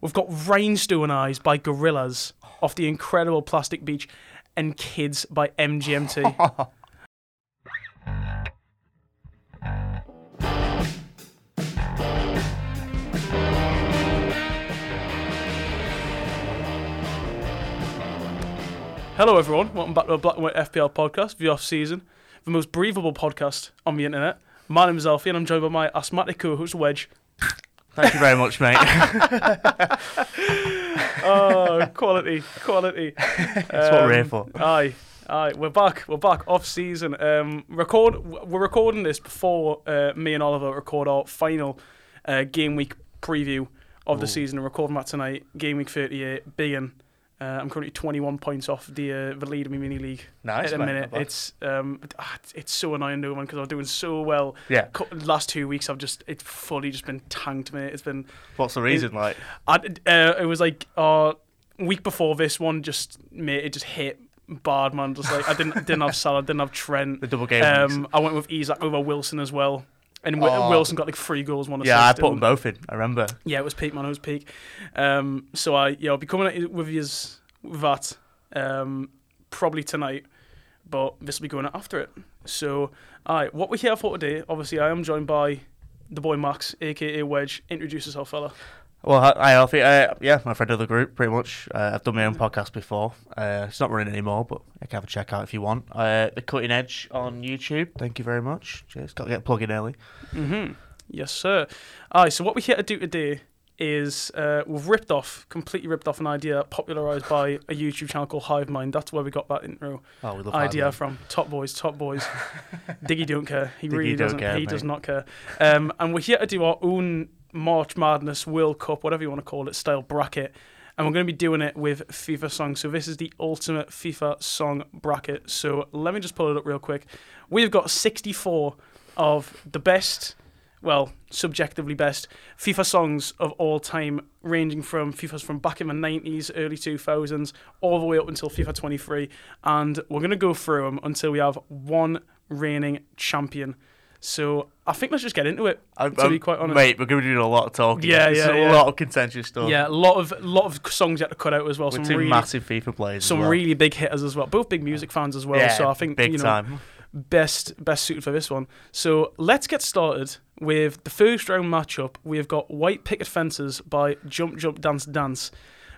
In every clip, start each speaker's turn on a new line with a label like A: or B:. A: We've got Rain Stew and Eyes by Gorillas off the incredible Plastic Beach and Kids by MGMT. Hello, everyone. Welcome back to a Black and White FPL podcast, the off season, the most breathable podcast on the internet. My name is Alfie, and I'm joined by my asthmatic co host, Wedge.
B: Thank you very much, mate. That's
A: Oh, quality, quality. Um,
B: what we're here for.
A: Aye, aye. We're back. We're back off season. Um, record. We're recording this before uh, me and Oliver record our final uh, game week preview of the season. We're recording that tonight. Game week thirty-eight. Biggin. Uh, I'm currently 21 points off the uh, the lead in my mini league
B: Nice,
A: at the
B: mate,
A: minute.
B: not bad.
A: It's um, it- ah, it's- it's so annoying doing one because I was doing so well.
B: Yeah.
A: Cou- Last two weeks, I've just it's fully just been tanked, mate. It's been
B: What's the reason, like?
A: I, uh, it was like uh, week before this one, just mate, it just hit bad, man. Just like I didn't didn't have Salah, didn't have Trent.
B: The double game
A: Um, I went with Isaac over Wilson as well, and Wi-
B: Oh.
A: Wilson got like three goals, one
B: Yeah, I
A: assist.
B: put them
A: and-
B: both in, I remember.
A: Yeah, it was peak, man. It was peak. Um, so I yeah, I'll be coming at you with his that um, probably tonight, but this will be going out after it. So, alright, what we're here for today? Obviously, I am joined by the boy Max, aka Wedge. Introduce yourself, fella.
B: Well, hi, hi, Alfie. Uh, yeah, my friend of the group, pretty much. Uh, I've done my own podcast before. Uh, it's not running anymore, but you can have a check out if you want. Uh, the Cutting Edge on YouTube. Thank you very much. Cheers. Got to get plugged in early.
A: Mm-hmm. Yes, sir. Aye, so what we're here to do today is uh, we've ripped off, completely ripped off an idea popularised by a YouTube channel called Hive Mind. That's where we got that intro
B: Oh, we love
A: idea
B: Ireland.
A: from. Top boys, top boys. Diggy don't care. He
B: Diggy
A: really
B: don't
A: doesn't.
B: care,
A: he does
B: mate.
A: not care. Um, and we're here to do our own March Madness World Cup, whatever you want to call it, style bracket. And we're going to be doing it with FIFA songs. So this is the ultimate FIFA song bracket. So let me just pull it up real quick. We've got 64 of the best, well, subjectively best FIFA songs of all time, ranging from FIFA's from back in the 90s, early 2000s, all the way up until FIFA 23. And we're going to go through them until we have one reigning champion. So I think let's just get into it,
B: I'm-
A: to
B: I'm-
A: be quite honest.
B: Mate, we're going to be doing a lot of talking.
A: Yeah,
B: It's
A: yeah,
B: a
A: yeah.
B: lot of contentious stuff.
A: Yeah, a lot of lot of songs you had to cut out as well.
B: Oh.
A: some
B: We're two
A: really,
B: massive FIFA players. as
A: some
B: well.
A: really big hitters as well. Both big music fans as well.
B: yeah,
A: so I think
B: big
A: you know,
B: time.
A: best best suited for this one. So let's get started with the first round matchup. We have got White Picket Fences by Jump Jump Dance Dance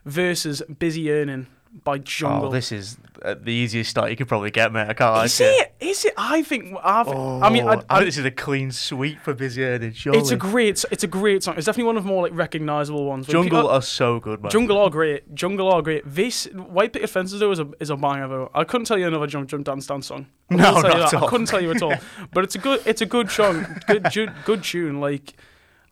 A: versus Busy Earning by Jungle.
B: Oh, this is uh, the easiest start you could probably get, mate. I can't lie
A: is
B: to you.
A: it? Is it? I think. I've, I mean, I, I,
B: think Oh, this is a clean sweep for Busy Earning. Surely.
A: it's a great it's a great song. It's definitely one of the more like recognizable ones. When
B: Jungle
A: people-
B: are so good, man.
A: Jungle are great. Jungle are great. This White Picket Fences though is a is a banger though. I couldn't tell you another Jump Jump Dance Dance song. I
B: No,
A: couldn't tell you
B: not
A: that.
B: at
A: I
B: all.
A: couldn't tell you at all. but it's a good it's a good song. Good ju- good tune. Like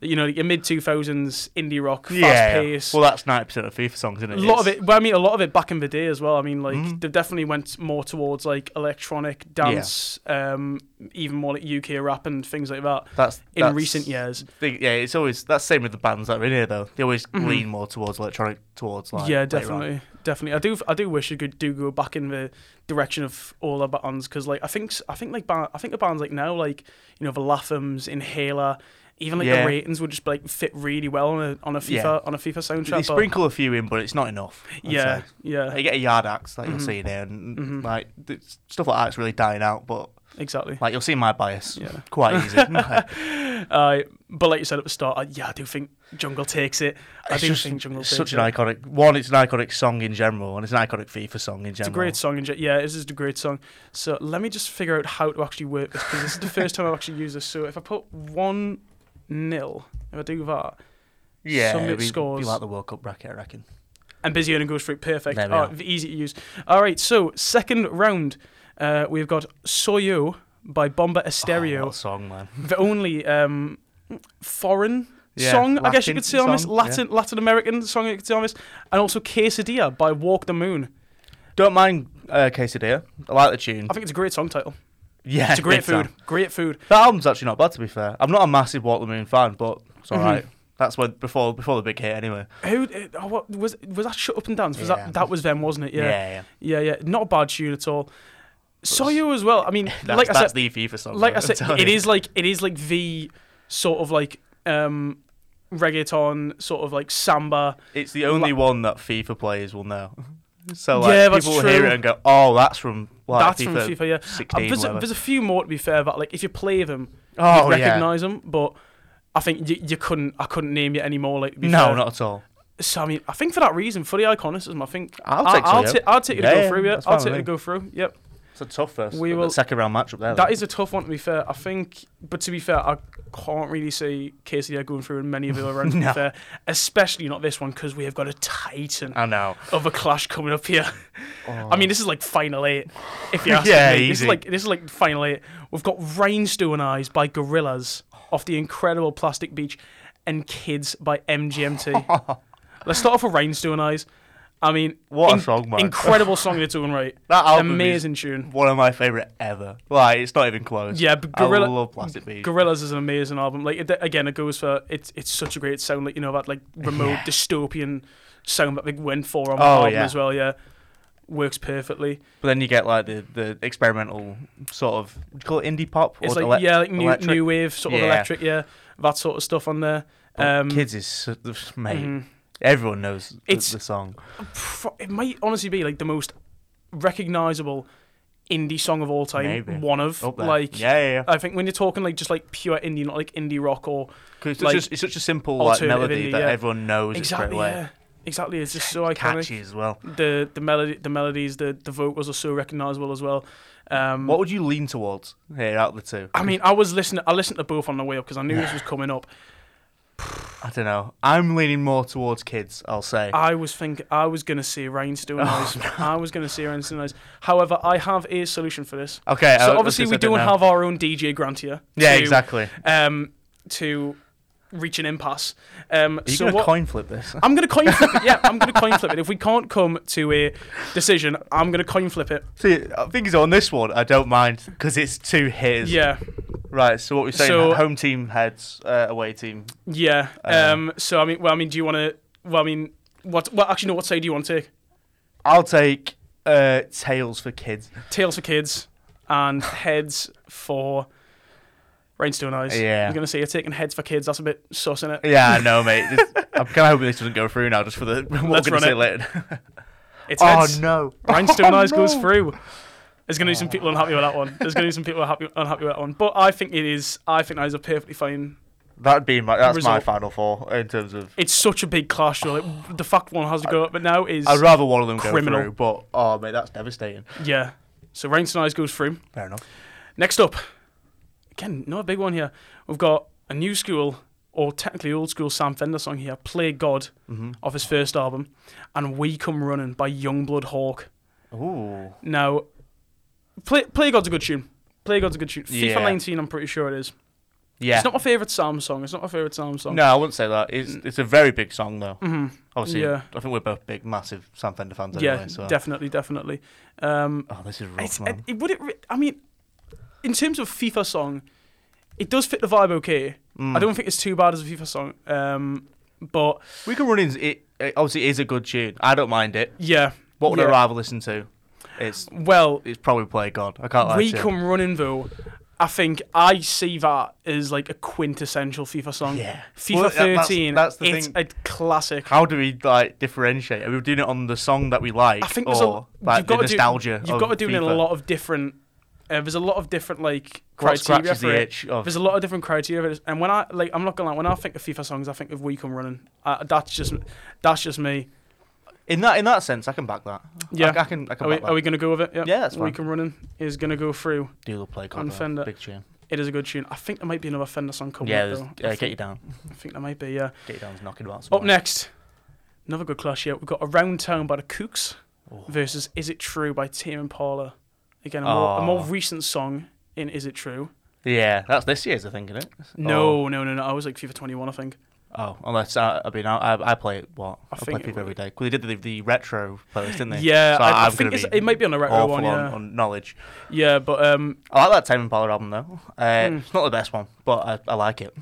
A: you know, your mid two thousands indie rock, fast
B: yeah.
A: pace.
B: Well, that's ninety percent of FIFA songs, isn't it? Mm-hmm.
A: a lot of
B: It's-
A: it, but I mean, a lot of it back in the day as well. I mean, like they definitely went more towards like electronic dance, um, even more like UK rap and things like that
B: That's
A: in
B: that's-
A: recent years.
B: Think, yeah, it's always that's same with the bands that are in here though. They always lean more towards electronic, towards like
A: Mm-hmm. yeah,
B: later on.
A: definitely, definitely. I do, I do wish you could do go back in the direction of all the bands because, like, I think, s- I think, like, ba- I think the bands like now, like, you know, the Lathams, Inhaler, even like
B: Yeah.
A: the ratings would just like fit really well on a on a FIFA
B: Yeah.
A: on a FIFA soundtrack.
B: They
A: but-
B: sprinkle a few in, but it's not enough. I'd
A: yeah, Mm-hmm.
B: say.
A: yeah,
B: you get a yard axe like you're seeing here, and like th- stuff like that's really dying out. But
A: exactly.
B: like you'll see my bias,
A: Yeah.
B: quite easy. Like,
A: Uh, but like you said at the start, I, yeah, I do think Jungle takes it. I
B: it's
A: do
B: just
A: think Jungle takes
B: such
A: it.
B: an iconic one. It's an iconic song in general, and it's an iconic FIFA song in general.
A: It's a great song, and ju- yeah, this is a great song. So let me just figure out how to actually work this because this is the first time I've actually used this. So if I put one nil, if I do that,
B: Yeah,
A: Some
B: it'd
A: mixed
B: be-
A: scores.
B: Be like the World Cup bracket, I reckon.
A: and Busy Earning goes through, perfect.
B: There we
A: Oh,
B: are.
A: easy to use. All right, so second round, uh, we've got Soyo by Bomba
B: Oh,
A: Estéreo,
B: what a song, man.
A: the only um, foreign.
B: Yeah,
A: song, I guess you
B: Latin
A: could say on this
B: song,
A: Latin Latin American song you could say on this, and also Quesadilla by Walk the Moon.
B: Don't mind uh, Quesadilla. I like the tune.
A: I think it's a great song title.
B: yeah,
A: It's a great
B: big time.
A: food, great food.
B: That album's actually not bad, to be fair. I'm not a massive Walk the Moon fan, but it's all
A: Mhm.
B: right. That's when before before the big hit, anyway.
A: Who uh, oh, what, was was that? Shut up and dance. Was
B: Yeah.
A: that that was them, wasn't it? Yeah,
B: yeah. yeah.
A: yeah, yeah. Not a bad tune at all. Soyo as well. I mean,
B: That's,
A: like I
B: that's
A: said,
B: the FIFA song.
A: like I
B: I'm
A: said,
B: telling
A: it
B: you.
A: is like it is like the sort of like um reggaeton, sort of like samba.
B: It's the only one that FIFA players will know. So like,
A: Yeah, that's
B: people will hear
A: true.
B: it and go, "Oh, that's from like,
A: That's
B: FIFA."
A: from FIFA, yeah.
B: 16,
A: Uh, there's, a,
B: whatever.
A: there's a few more to be fair, but like if you play them,
B: Oh
A: you
B: yeah,
A: recognize them. But I think you, you couldn't. I couldn't name it anymore. Like to be
B: no,
A: fair.
B: not at all.
A: So I mean, I think for that reason, for the iconicism, I think
B: I'll
A: I-
B: take
A: I'll,
B: Toyo.
A: ta- I'll take you to
B: Yeah,
A: go
B: yeah,
A: through. Yeah,
B: that's
A: I'll
B: fine
A: take you
B: with
A: to
B: me.
A: go through. Yep,
B: It's a tough first.
A: We
B: We
A: will-
B: second round matchup there.
A: that is a tough one to be fair. I think, but to be fair, I can't really see KCD going through in many of the other rounds. To be
B: No.
A: fair, especially not this one because we have got a titan
B: I know.
A: of a clash coming up here. I
B: Oh.
A: mean, this is like final eight. If you ask
B: Yeah,
A: me, this is
B: easy.
A: like this is like final eight. We've got Rhinestone Eyes by Gorillas off the incredible Plastic Beach, and Kids by MGMT. Let's start off with Rhinestone Eyes. I mean,
B: What a song, man.
A: Incredible song in its own right.
B: That album is-
A: Amazing tune.
B: one of my favorite ever. Like it's not even close.
A: Yeah, but
B: I
A: Gorilla,
B: love Plastic Beach.
A: Gorillas is an amazing album. Like it, again, it goes for it's it's such a great sound. Like you know that like remote
B: Yeah.
A: dystopian sound that they went for on the
B: Oh,
A: album
B: yeah.
A: as well. Yeah, works perfectly.
B: but then you get like the, the experimental sort of would you call it indie pop
A: It's
B: or
A: like
B: elec-
A: yeah, like new,
B: electric?
A: new wave sort of
B: Yeah.
A: electric, yeah, that sort of stuff on there.
B: But
A: Um,
B: Kids is so- mate.
A: mhm.
B: Everyone knows the,
A: It's-
B: the song.
A: Pro- It might honestly be like the most recognizable indie song of all time.
B: Maybe.
A: One of
B: Up there.
A: like, uh,
B: yeah, yeah, yeah.
A: I think when you're talking like just like pure indie, not like indie rock or
B: 'Cause it's,
A: like,
B: such a, it's such a simple like
A: alternative
B: melody
A: indie,
B: that
A: yeah.
B: everyone knows
A: exactly,
B: it straight away.
A: yeah, exactly. It's just so iconic.
B: Catchy as well.
A: The the melody, the melodies, the the vocals are so recognizable as well. Um,
B: What would you lean towards here out of the two?
A: I mean, I was listening. I listened to both on the way up because I knew this was coming up.
B: I don't know. I'm leaning more towards kids. I'll say.
A: I was thinking I was gonna see Rhinestone
B: Oh,
A: Eyes. I was gonna see Rhinestone Eyes. However, I have a solution for this.
B: okay. uh, I- I
A: So
B: was
A: obviously
B: gonna
A: we
B: say I don't
A: don't
B: know.
A: have our own DJ Grant here.
B: Yeah,
A: to,
B: exactly.
A: Um, to reach an impasse. Um,
B: Are you
A: so
B: gonna
A: what?
B: coin flip this?
A: I'm gonna coin flip it. Yeah, I'm gonna coin flip it. If we can't come to a decision, I'm gonna coin flip it.
B: See, uh, I think it's on this one. I don't mind because it's two hitters.
A: Yeah,
B: Right. So what we're saying:
A: So-
B: home team heads, uh, away team.
A: yeah.
B: Uh,
A: Um, so I mean, well, I mean, do you want to? Well, I mean, what? Well, actually, no. What side do you want to take?
B: I'll take uh, tails for kids.
A: Tails for kids and heads for Rainstone Eyes.
B: Yeah.
A: I'm gonna say you're taking heads for kids. That's a bit sus in it.
B: Yeah, I know, mate. Just, I'm kind of hoping this doesn't go through now, just for the what we're
A: Let's
B: gonna
A: run
B: say
A: it.
B: later.
A: It's
B: oh
A: heads.
B: no!
A: Rhinestone
B: Oh,
A: Eyes goes
B: no. Oh.
A: through. There's gonna be some people unhappy with that one. There's gonna be some people unhappy, unhappy with that one. But I think it is. I think that is a perfectly fine.
B: That'd be my that's my
A: Result.
B: final four in terms of.
A: It's such a big clash. Though. Like, the fact one has to go up, but now is
B: I'd rather one of them
A: Criminal.
B: go through, but oh mate, that's devastating.
A: yeah. So Rhinestone Eyes goes through.
B: Fair enough.
A: Next up, again, not a big one here. We've got a new school, or technically old school Sam Fender song here, Play God,
B: Mm-hmm.
A: off his first album, and We Come Running by Youngblood Hawk.
B: Ooh,
A: Now, Play, Play God's a good tune. Play God's a good tune.
B: Yeah.
A: FIFA 19, I'm pretty sure it is.
B: yeah.
A: It's not my favourite Sam song. It's not my favourite Sam song.
B: no, I wouldn't say that. It's it's a very big song though.
A: Mhm.
B: Obviously,
A: Yeah.
B: I think we're both big, massive Sam Fender fans
A: Yeah,
B: anyway. so.
A: definitely, definitely. Um,
B: Oh, this is rough,
A: it's,
B: man.
A: it, it- would it? re- I mean, in terms of FIFA song, it does fit the vibe okay.
B: Mm.
A: I don't think it's too bad as a FIFA song. Um, but
B: We can run in. It, it obviously is a good tune. I don't mind it.
A: Yeah.
B: What would I
A: yeah.
B: rather listen to? It's
A: Well,
B: it's probably Play God. I can't lie
A: we
B: to you.
A: come running though. I think I see that as like a quintessential FIFA song.
B: Yeah.
A: FIFA
B: Well, that- that's-
A: 13.
B: that's the
A: it's
B: thing.
A: a classic.
B: How do we like differentiate? Are we doing it on the song that we like,
A: I think there's a
B: or like
A: you've
B: the
A: got to
B: nostalgia?
A: Do, you've
B: of
A: got to do it in a
B: FIFA?
A: lot of different. Uh, there's a lot of different like
B: What
A: criteria
B: scratches
A: for
B: the
A: it.
B: itch of
A: There's a lot of different criteria for it. And when I like, I'm not gonna lie. When I think of FIFA songs, I think of We Come Running. Uh, that's just that's just me.
B: in that in that sense. I can back that.
A: Yeah.
B: I, I can. I can
A: Are we,
B: back that.
A: are we gonna go with it?
B: Yeah, that's
A: We
B: fine.
A: Come Running is gonna go through.
B: do the Play
A: on
B: God? though.
A: Fender?
B: Big tune.
A: It is a good tune. I think there might be another Fender song coming
B: Yeah,
A: up
B: there's-
A: though. I
B: uh, get
A: think-
B: you down.
A: I think there might be, yeah.
B: Get you down's knocking about.
A: Up
B: somewhere.
A: next, another good clash here. We've got Around Town by the Kooks versus Is It True by Tame Impala. Again, a more, a more
B: Aw.
A: recent song in Is It True.
B: Yeah, that's this year's. I think, isn't it? Or-
A: No, no, no, no. I was like FIFA 21, I think.
B: Oh, unless uh, I mean, I, I play it. What
A: I
B: I,
A: think
B: play
A: it
B: FIFA
A: would-
B: every day. Well, they did the, the retro playlist, didn't they?
A: Yeah,
B: So
A: I, I
B: I'm
A: think
B: gonna
A: it's,
B: be
A: it might be on the retro
B: awful
A: one,
B: on,
A: yeah.
B: on knowledge.
A: Yeah, but um,
B: I like that Tame Impala album though. Uh,
A: Mm.
B: It's not the best one, but I, I like it.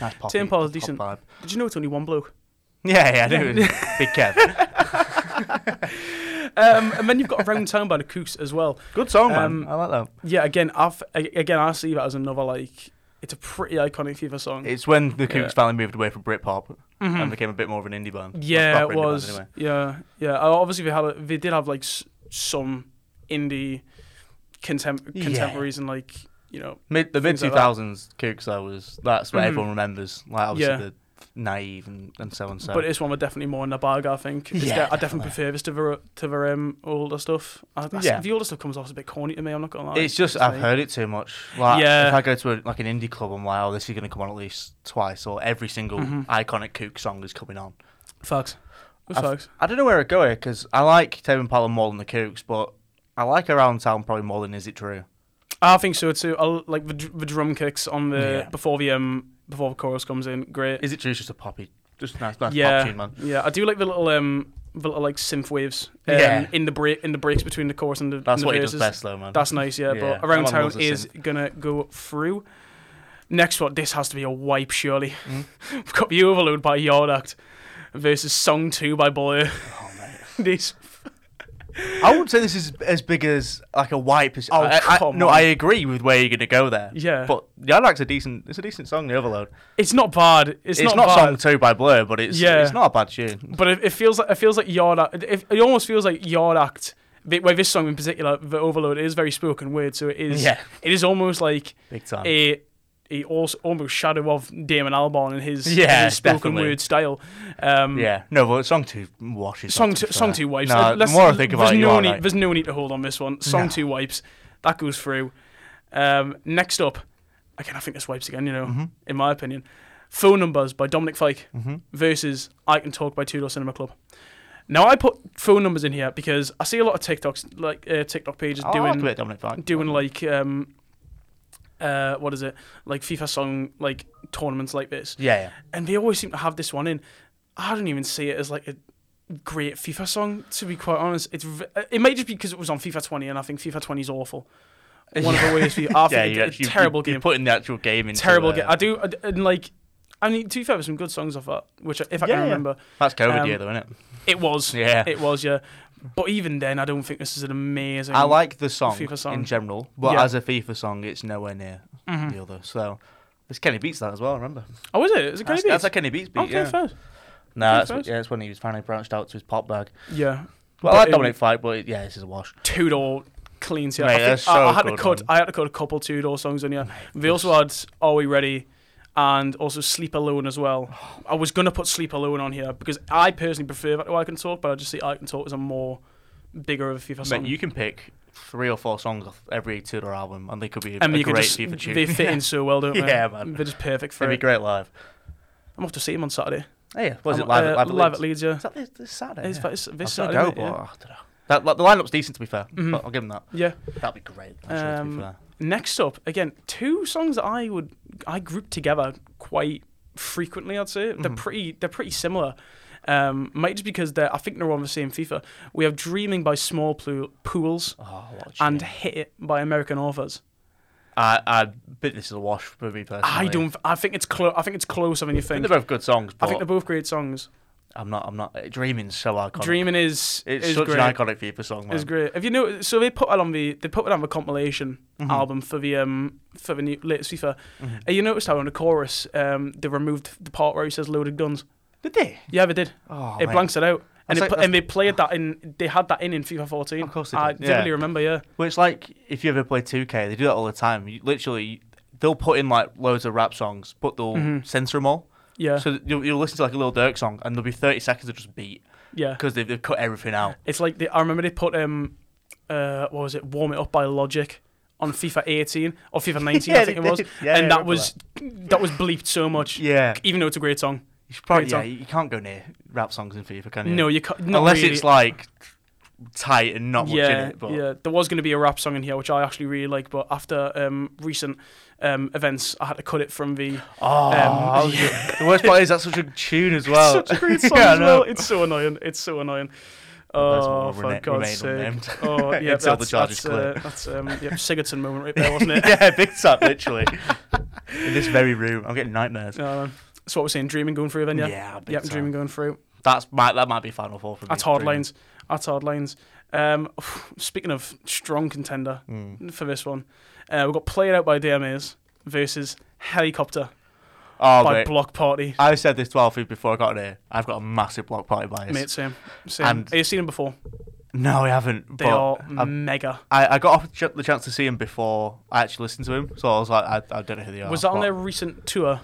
B: Nice pop.
A: Tame Impala's decent.
B: Vibe.
A: did you know it's only one bloke?
B: Yeah, yeah, I knew it was Big Kev.
A: Um, and then you've got Around Town by the Kooks as well.
B: Good song, man.
A: Um,
B: I like that.
A: Yeah, again, I've, a- again, I see that as another, like, It's a pretty iconic FIFA song.
B: It's when the Kooks
A: Um, Yeah.
B: finally moved away from Britpop and
A: Mhm.
B: became a bit more of an indie band. Like,
A: Yeah,
B: proper
A: it
B: indie band,
A: was.
B: anyway.
A: Yeah, yeah. Uh, Obviously, they had a, they did have like s- some indie contem-
B: Yeah.
A: contemporaries and like you know
B: Mid, the mid
A: Things like
B: two
A: that.
B: thousands Kooks though was that's what
A: Mhm.
B: everyone remembers. Like obviously
A: Yeah.
B: the naive and, and so and so.
A: But this one were definitely more in the bag, I think. It's de-
B: Yeah,
A: I definitely
B: definitely.
A: prefer this to the to the um, older stuff. I, I,
B: Yeah.
A: The older stuff comes off as a bit corny to me. I'm not gonna lie.
B: it's just
A: like-
B: I've heard it too much. Like
A: Yeah.
B: if I go to a, like an indie club, I'm like, oh, this is gonna come on at least twice, or every single
A: Mhm.
B: iconic Kook song is coming on.
A: facts. With
B: I've-
A: facts.
B: I don't know where I go here because I like Tame Impala more than the Kooks, but I like Around Town probably more than Is It True.
A: I think so too. I, like the, dr- the drum kicks on the
B: Yeah.
A: before the um before the chorus comes in, great.
B: Is It True is just a poppy, just a nice, nice
A: yeah,
B: pop tune, man.
A: yeah. I do like the little um the little like synth waves. Um,
B: Yeah.
A: In the break in the breaks between the chorus and the and
B: That's
A: the
B: what he
A: verses.
B: does best, though, man.
A: That's nice, yeah.
B: Yeah,
A: But around
B: that one was
A: town
B: a
A: is gonna go through. Next one, this has to be a wipe, surely.
B: Hmm?
A: We've got the Overload by Yard Act versus Song Two by Blur.
B: oh, mate.
A: These
B: I wouldn't say this is as big as like a wipe. As,
A: Oh,
B: I, I-
A: come
B: no,
A: on.
B: I agree with where you're gonna go there.
A: Yeah.
B: but yeah, I like it's a decent. It's a decent song, The Overload.
A: It's not bad. It's,
B: It's, not,
A: not,
B: song
A: bad.
B: two by Blur, but it's
A: Yeah.
B: it's not a bad tune.
A: But it, it feels like it feels like Yard Act. It, it almost feels like Yard Act. Bit where this song in particular, the Overload, is very spoken word, so it is.
B: Yeah.
A: It is almost like
B: Big time.
A: a a also almost shadow of Damon Albarn and his,
B: Yeah,
A: his spoken
B: definitely.
A: word style. Um,
B: yeah, no, but song two washes.
A: Song
B: up, to
A: two,
B: be
A: song
B: fair.
A: two wipes.
B: No,
A: Let-
B: the
A: let's-
B: more I think about
A: there's
B: it, you
A: no
B: are
A: need,
B: right.
A: There's no need to hold on this one. Song
B: No.
A: two wipes. That goes through. Um, next up, again, I think this wipes again. You
B: Mm-hmm.
A: know, in my opinion, phone numbers by Dominic Fike versus I Can Talk by Two Door Cinema Club. Now I put phone numbers in here because I see a lot of TikToks, like uh, TikTok pages
B: Oh, I
A: doing
B: like a bit of Dominic Fike.
A: doing like um, uh, what is it like FIFA song like tournaments like this
B: yeah, yeah.
A: and they always seem to have this one in. I don't even see it as like a great FIFA song. To be quite honest, it's v- uh, it may just be because it was on FIFA 20, and I think FIFA 20 is awful. One of the worst. FIFA, I
B: yeah,
A: think it's
B: you
A: a
B: actually- you-
A: terrible
B: you,
A: game.
B: You're putting the actual game into
A: terrible
B: uh,
A: game. I do I d- and like. I mean, to be fair, there's some good songs off that, which I- if I
B: Yeah,
A: can
B: yeah.
A: remember,
B: That's COVID
A: Um,
B: year, though, isn't it?
A: it was.
B: Yeah.
A: It was. Yeah. But even then, I don't think this is an amazing.
B: I like the song,
A: FIFA song.
B: in general, but
A: Yeah. Mm-hmm.
B: as a FIFA song, it's nowhere near the other. So this Kenny Beats that as well. Remember?
A: Oh, is it? Is it Kenny
B: that's,
A: Beats?
B: that's a Kenny Beats beat.
A: okay,
B: yeah.
A: fair.
B: No, that's
A: fair.
B: what, yeah, that's when he was finally branched out to his pop bag.
A: Yeah. But
B: Well, I like
A: in-
B: Dominic Fike, but yeah, this is a wash.
A: two door clean set.
B: Mate,
A: I, think
B: that's
A: I, I
B: so
A: had to
B: good,
A: cut.
B: man.
A: I had to cut a couple two door songs on here. They also had "Are We Ready" and also "Sleep Alone" as well. I was gonna put "Sleep Alone" on here because I personally prefer that to "I Can Talk," but I just see "I Can Talk" as a more bigger of a FIFA song.
B: Mate, you can pick three or four songs off every Tudor album, and they could be
A: and
B: a
A: you
B: great
A: could just
B: FIFA tune.
A: they fit in so well, don't they?
B: Yeah, man.
A: They're just perfect for
B: It'd be
A: it.
B: great live.
A: I'm off to see him on Saturday.
B: Oh, yeah, was
A: I'm,
B: it live?
A: uh,
B: at, live,
A: live
B: at
A: at Leeds?
B: Leeds?
A: Yeah,
B: Is that this, this Saturday?
A: it's,
B: yeah.
A: it's
B: I
A: this
B: was gonna
A: Saturday.
B: go,
A: mate,
B: but
A: yeah.
B: oh, I don't know. That, like, the lineup's decent to be fair,
A: Mhm.
B: but I'll give him that.
A: yeah.
B: That'd be great. Actually, to
A: Um,
B: be fair.
A: Next up, again, two songs that I would I group together quite frequently. I'd say they're
B: Mhm.
A: pretty they're pretty similar. Um, might just because they're I think they're on the same FIFA. We have "Dreaming" by Small Plu- Pools
B: Oh, what a
A: and
B: tune.
A: "Hit It" by American Authors.
B: I, I bet this is a wash for me personally.
A: I don't. I think it's close. I think it's closer than you
B: I think
A: think.
B: they're both good songs, but
A: I think they're both great songs.
B: I'm not. I'm not. Dreaming's so iconic.
A: "Dreaming" is
B: It's
A: is
B: such
A: great.
B: an iconic FIFA song, man.
A: Is great. If you know, so they put it on the they put it on the compilation
B: Mhm.
A: album for the um for the new, latest FIFA.
B: Mhm.
A: And you noticed how on the chorus um they removed the part where he says "loaded guns."
B: Did they?
A: Yeah, they did.
B: Oh,
A: it
B: mate.
A: blanks it out, and
B: That's
A: it
B: like-
A: put, and they played that in. They had that in in FIFA 14.
B: Of course they
A: I
B: did, yeah.
A: vividly remember. Yeah,
B: Well, it's like if you ever play 2K, they do that all the time. You, literally, they'll put in like loads of rap songs, but they'll censor 'em
A: Mhm.
B: censor them all.
A: yeah,
B: So you'll, you'll listen to like a little Dirk song, and there'll be 30 seconds of just beat
A: yeah.
B: because they've, they've cut everything out.
A: It's like they, I remember they put um, uh, what was it? Warm it up by Logic on FIFA 18 or FIFA 19,
B: Yeah,
A: I think it
B: they
A: was.
B: did. Yeah, I
A: and that
B: remember
A: was that. was bleeped so much.
B: Yeah,
A: Even though it's a great song.
B: you should probably.
A: Great
B: Yeah,
A: song.
B: you can't go near rap songs in FIFA, can you?
A: No, you can't. not
B: unless
A: really.
B: it's like tight and not much in
A: yeah,
B: it. But
A: yeah. There was going to be a rap song in here, which I actually really like, but after um, recent um, events, I had to cut it from the.
B: oh, I was- the worst part is that's such a tune as well.
A: Um, Such a great song
B: Yeah, I
A: as well.
B: know.
A: It's so annoying. It's so annoying.
B: That's
A: Oh,
B: what
A: for
B: we'll rena-
A: God's
B: remain
A: sake.
B: unnamed.
A: Oh, yeah,
B: Until the
A: that's,
B: charges
A: that's, uh, that's um, yep, Sigurdsson moment right there, wasn't it?
B: yeah, big time, literally. in this very room, I'm getting nightmares.
A: Uh, so what we're saying, dreaming going through then, yeah?
B: big
A: Yep,
B: time.
A: dreaming going through.
B: That's might that might be final four for me.
A: That's hard
B: Dreaming.
A: lines. That's hard lines. Um, speaking of strong contender
B: Mm.
A: for this one, uh, we've got Play It Out by DMAs versus Helicopter
B: Oh,
A: by
B: mate.
A: Block Party.
B: I said this to Alfie before I got here. I've got a massive block party bias.
A: Mate, same. same.
B: And-
A: Have you seen them before?
B: No, I haven't.
A: They
B: but
A: are
B: I've-
A: mega.
B: I, I got off ch- the chance to see him before I actually listened to him, so I was like, I, I don't know who they are.
A: Was that on
B: but-
A: their recent tour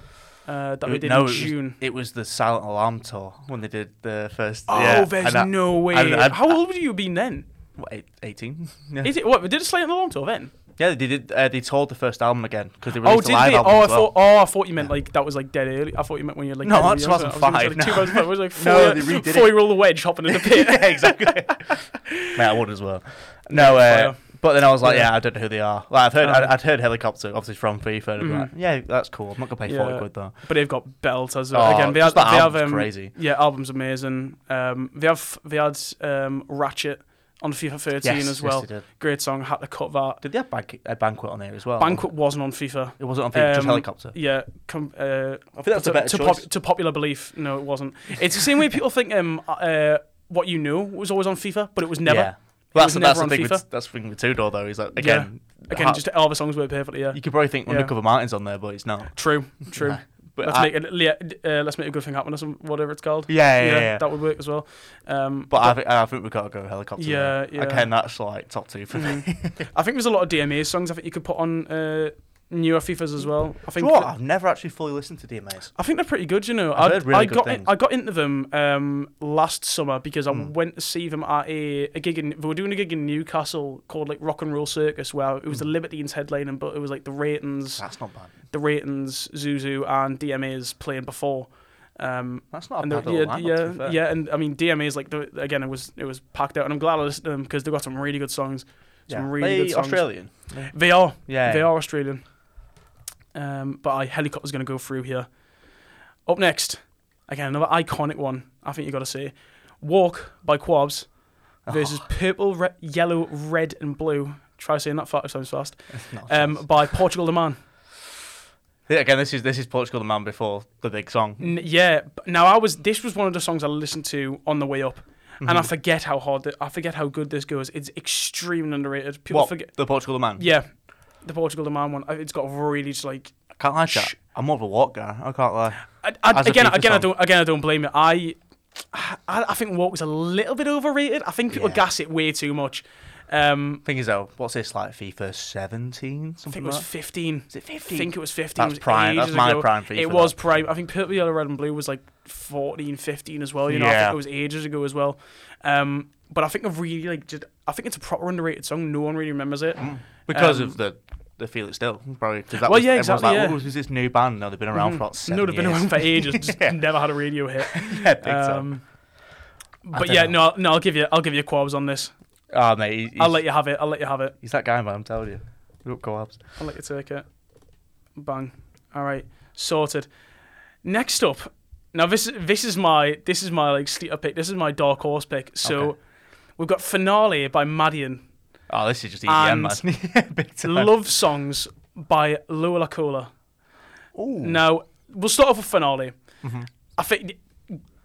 A: uh, that
B: Oh, It-
A: we did in
B: no, it was-
A: June?
B: It was the Silent Alarm tour when they did the first.
A: Oh,
B: yeah,
A: there's
B: and I-
A: no way.
B: and I-
A: How old would you have been then?
B: what, eight- 18? Yeah.
A: Is it what? They did a Slate on the Lawn tour then?
B: yeah, they did. Uh, they toured the first album again because they
A: Oh,
B: released
A: did
B: a live
A: they?
B: album.
A: Oh, I
B: as well.
A: thought. Oh, I thought you meant like that was like dead early. I thought you meant when you're like
B: No,
A: dead early.
B: that's
A: I was like- I was gonna say,
B: 2005,
A: like, 2005. It was like four,
B: No, they redid it.
A: four year old wedge hopping in the pit.
B: yeah, exactly. Mate, I would as well. No, uh,
A: Fire.
B: but then I was like,
A: Yeah.
B: yeah. I don't know who they are. Like, I've heard,
A: Oh.
B: I'd, I'd heard helicopter, obviously from FIFA. And I'd be
A: Mhm.
B: like, yeah, that's cool. I'm not gonna pay
A: Yeah.
B: forty quid though.
A: but they've got belters
B: Oh,
A: again. They,
B: just
A: had-
B: that
A: they have
B: album's
A: um,
B: crazy.
A: Yeah, album's amazing. Um, they have they had um, Ratchet on FIFA 13
B: Yes,
A: as well.
B: Yes, they did.
A: Great song. Had to cut that.
B: Did they have bank- a banquet on there as well?
A: Banquet wasn't on FIFA.
B: It wasn't on FIFA, just
A: Um,
B: helicopter.
A: Yeah, com- uh,
B: I think that's
A: to,
B: a better
A: to,
B: choice.
A: pop- to popular belief, no, it wasn't. It's the same way people think um, uh, what you knew was always on FIFA, but it was never.
B: Yeah. Well,
A: was
B: that's, that's
A: never
B: the
A: on
B: thing.
A: FIFA.
B: With, that's the thing with Tudor though. He's like again,
A: Again,
B: ha-
A: just all the songs work perfectly. Yeah,
B: you could probably think
A: Yeah.
B: Undercover Martin's on there, but it's not.
A: true, true.
B: Nah. But
A: let's
B: I,
A: make it, yeah, d- uh, let's make a good thing happen or some whatever it's called.
B: yeah, yeah, yeah, yeah.
A: that would work as well. Um,
B: But I think, I think we've got to go helicopter.
A: Yeah,
B: there.
A: yeah.
B: Again, that's like top two for me.
A: Mhm. I think there's a lot of DMA songs. I think you could put on uh, newer FIFA's as well. I
B: Do
A: think.
B: you know what?
A: th-
B: I've never actually fully listened to DMAs.
A: I think they're pretty good, you know.
B: I've
A: I-
B: heard really
A: I
B: good
A: got in-
B: things.
A: I got into them um, last summer because I
B: Mm.
A: went to see them at a, a gig in they were doing a gig in Newcastle called like Rock and Roll Circus where it was
B: Hmm.
A: the Libertines headlining, but it was like the Ratings,
B: That's not bad.
A: the Ratings, Zuzu, and DMA's playing before. Um,
B: That's not a
A: and
B: bad
A: the,
B: little
A: yeah,
B: lineup, to be
A: yeah,
B: fair.
A: yeah, and I mean DMA is like the, again it was it was packed out, and I'm glad I listened to them because they've got some really good songs, some
B: Yeah.
A: really
B: They
A: good songs.
B: Australian.
A: They are,
B: Yeah.
A: they are Australian. Um, but I helicopter's going to go through here. Up next, again another iconic one. I think you got to see "Walk" by Quabs
B: Oh.
A: versus "Purple, Re- Yellow, Red, and Blue." Try saying that five times fast. Um,
B: Um,
A: by Portugal the Man.
B: again, this is this is Portugal the man before the big song.
A: N- yeah. b- Now I was. This was one of the songs I listened to on the way up, and
B: Mm-hmm.
A: I forget how hard. th- I forget how good this goes. It's extremely underrated. People
B: What?
A: forget.
B: The Portugal the man.
A: Yeah, the Portugal the Man one. I- It's got really just like.
B: I can't lie. to
A: Shh.
B: that. I'm more of a walk guy. I can't lie.
A: I, I,
B: As a
A: again,
B: FIFA
A: again, I
B: song.
A: don't. Again, I don't blame it. I, I, I think Walk was a little bit overrated. I think people
B: Yeah.
A: gas it way too much. Um,
B: Thing is though, what's this like FIFA 17
A: I think
B: something
A: it was
B: like?
A: 15.
B: Is it
A: I
B: 15?
A: think it was 15. it
B: That's
A: was
B: prime. That's
A: ages
B: my
A: ago.
B: prime FIFA.
A: It
B: that.
A: was prime. I think purple, yellow, red, and blue was like 14, 15 as well. You know, I
B: Yeah.
A: think it was ages ago as well. Um, but I think I've really like just. I think it's a proper underrated song. No one really remembers it.
B: Mm. because
A: Um,
B: of the the feel it still probably because that
A: Well,
B: was,
A: yeah,
B: everyone's
A: exactly,
B: like
A: yeah.
B: what was this new band now they've been around
A: Mhm.
B: for about seven
A: No, they've been
B: years.
A: around for ages. Just
B: Yeah.
A: never had a radio hit.
B: yeah, big time.
A: Um, but
B: don't
A: yeah,
B: know.
A: no, no, I'll give you, I'll give you quabs on this.
B: oh mate he- he's,
A: I'll let you have it. I'll let you have it.
B: he's that guy man I'm telling you look co-ops
A: I'll let you take it. Bang. All right, sorted. Next up, now this this is my this is my like sleeper pick. This is my dark horse pick. So
B: Okay.
A: we've got finale by Madian,
B: oh this is just
A: And-
B: EDM man big time
A: love songs by Lua Lacola.
B: Ooh. Mm-hmm.
A: Now we'll start off with finale. I think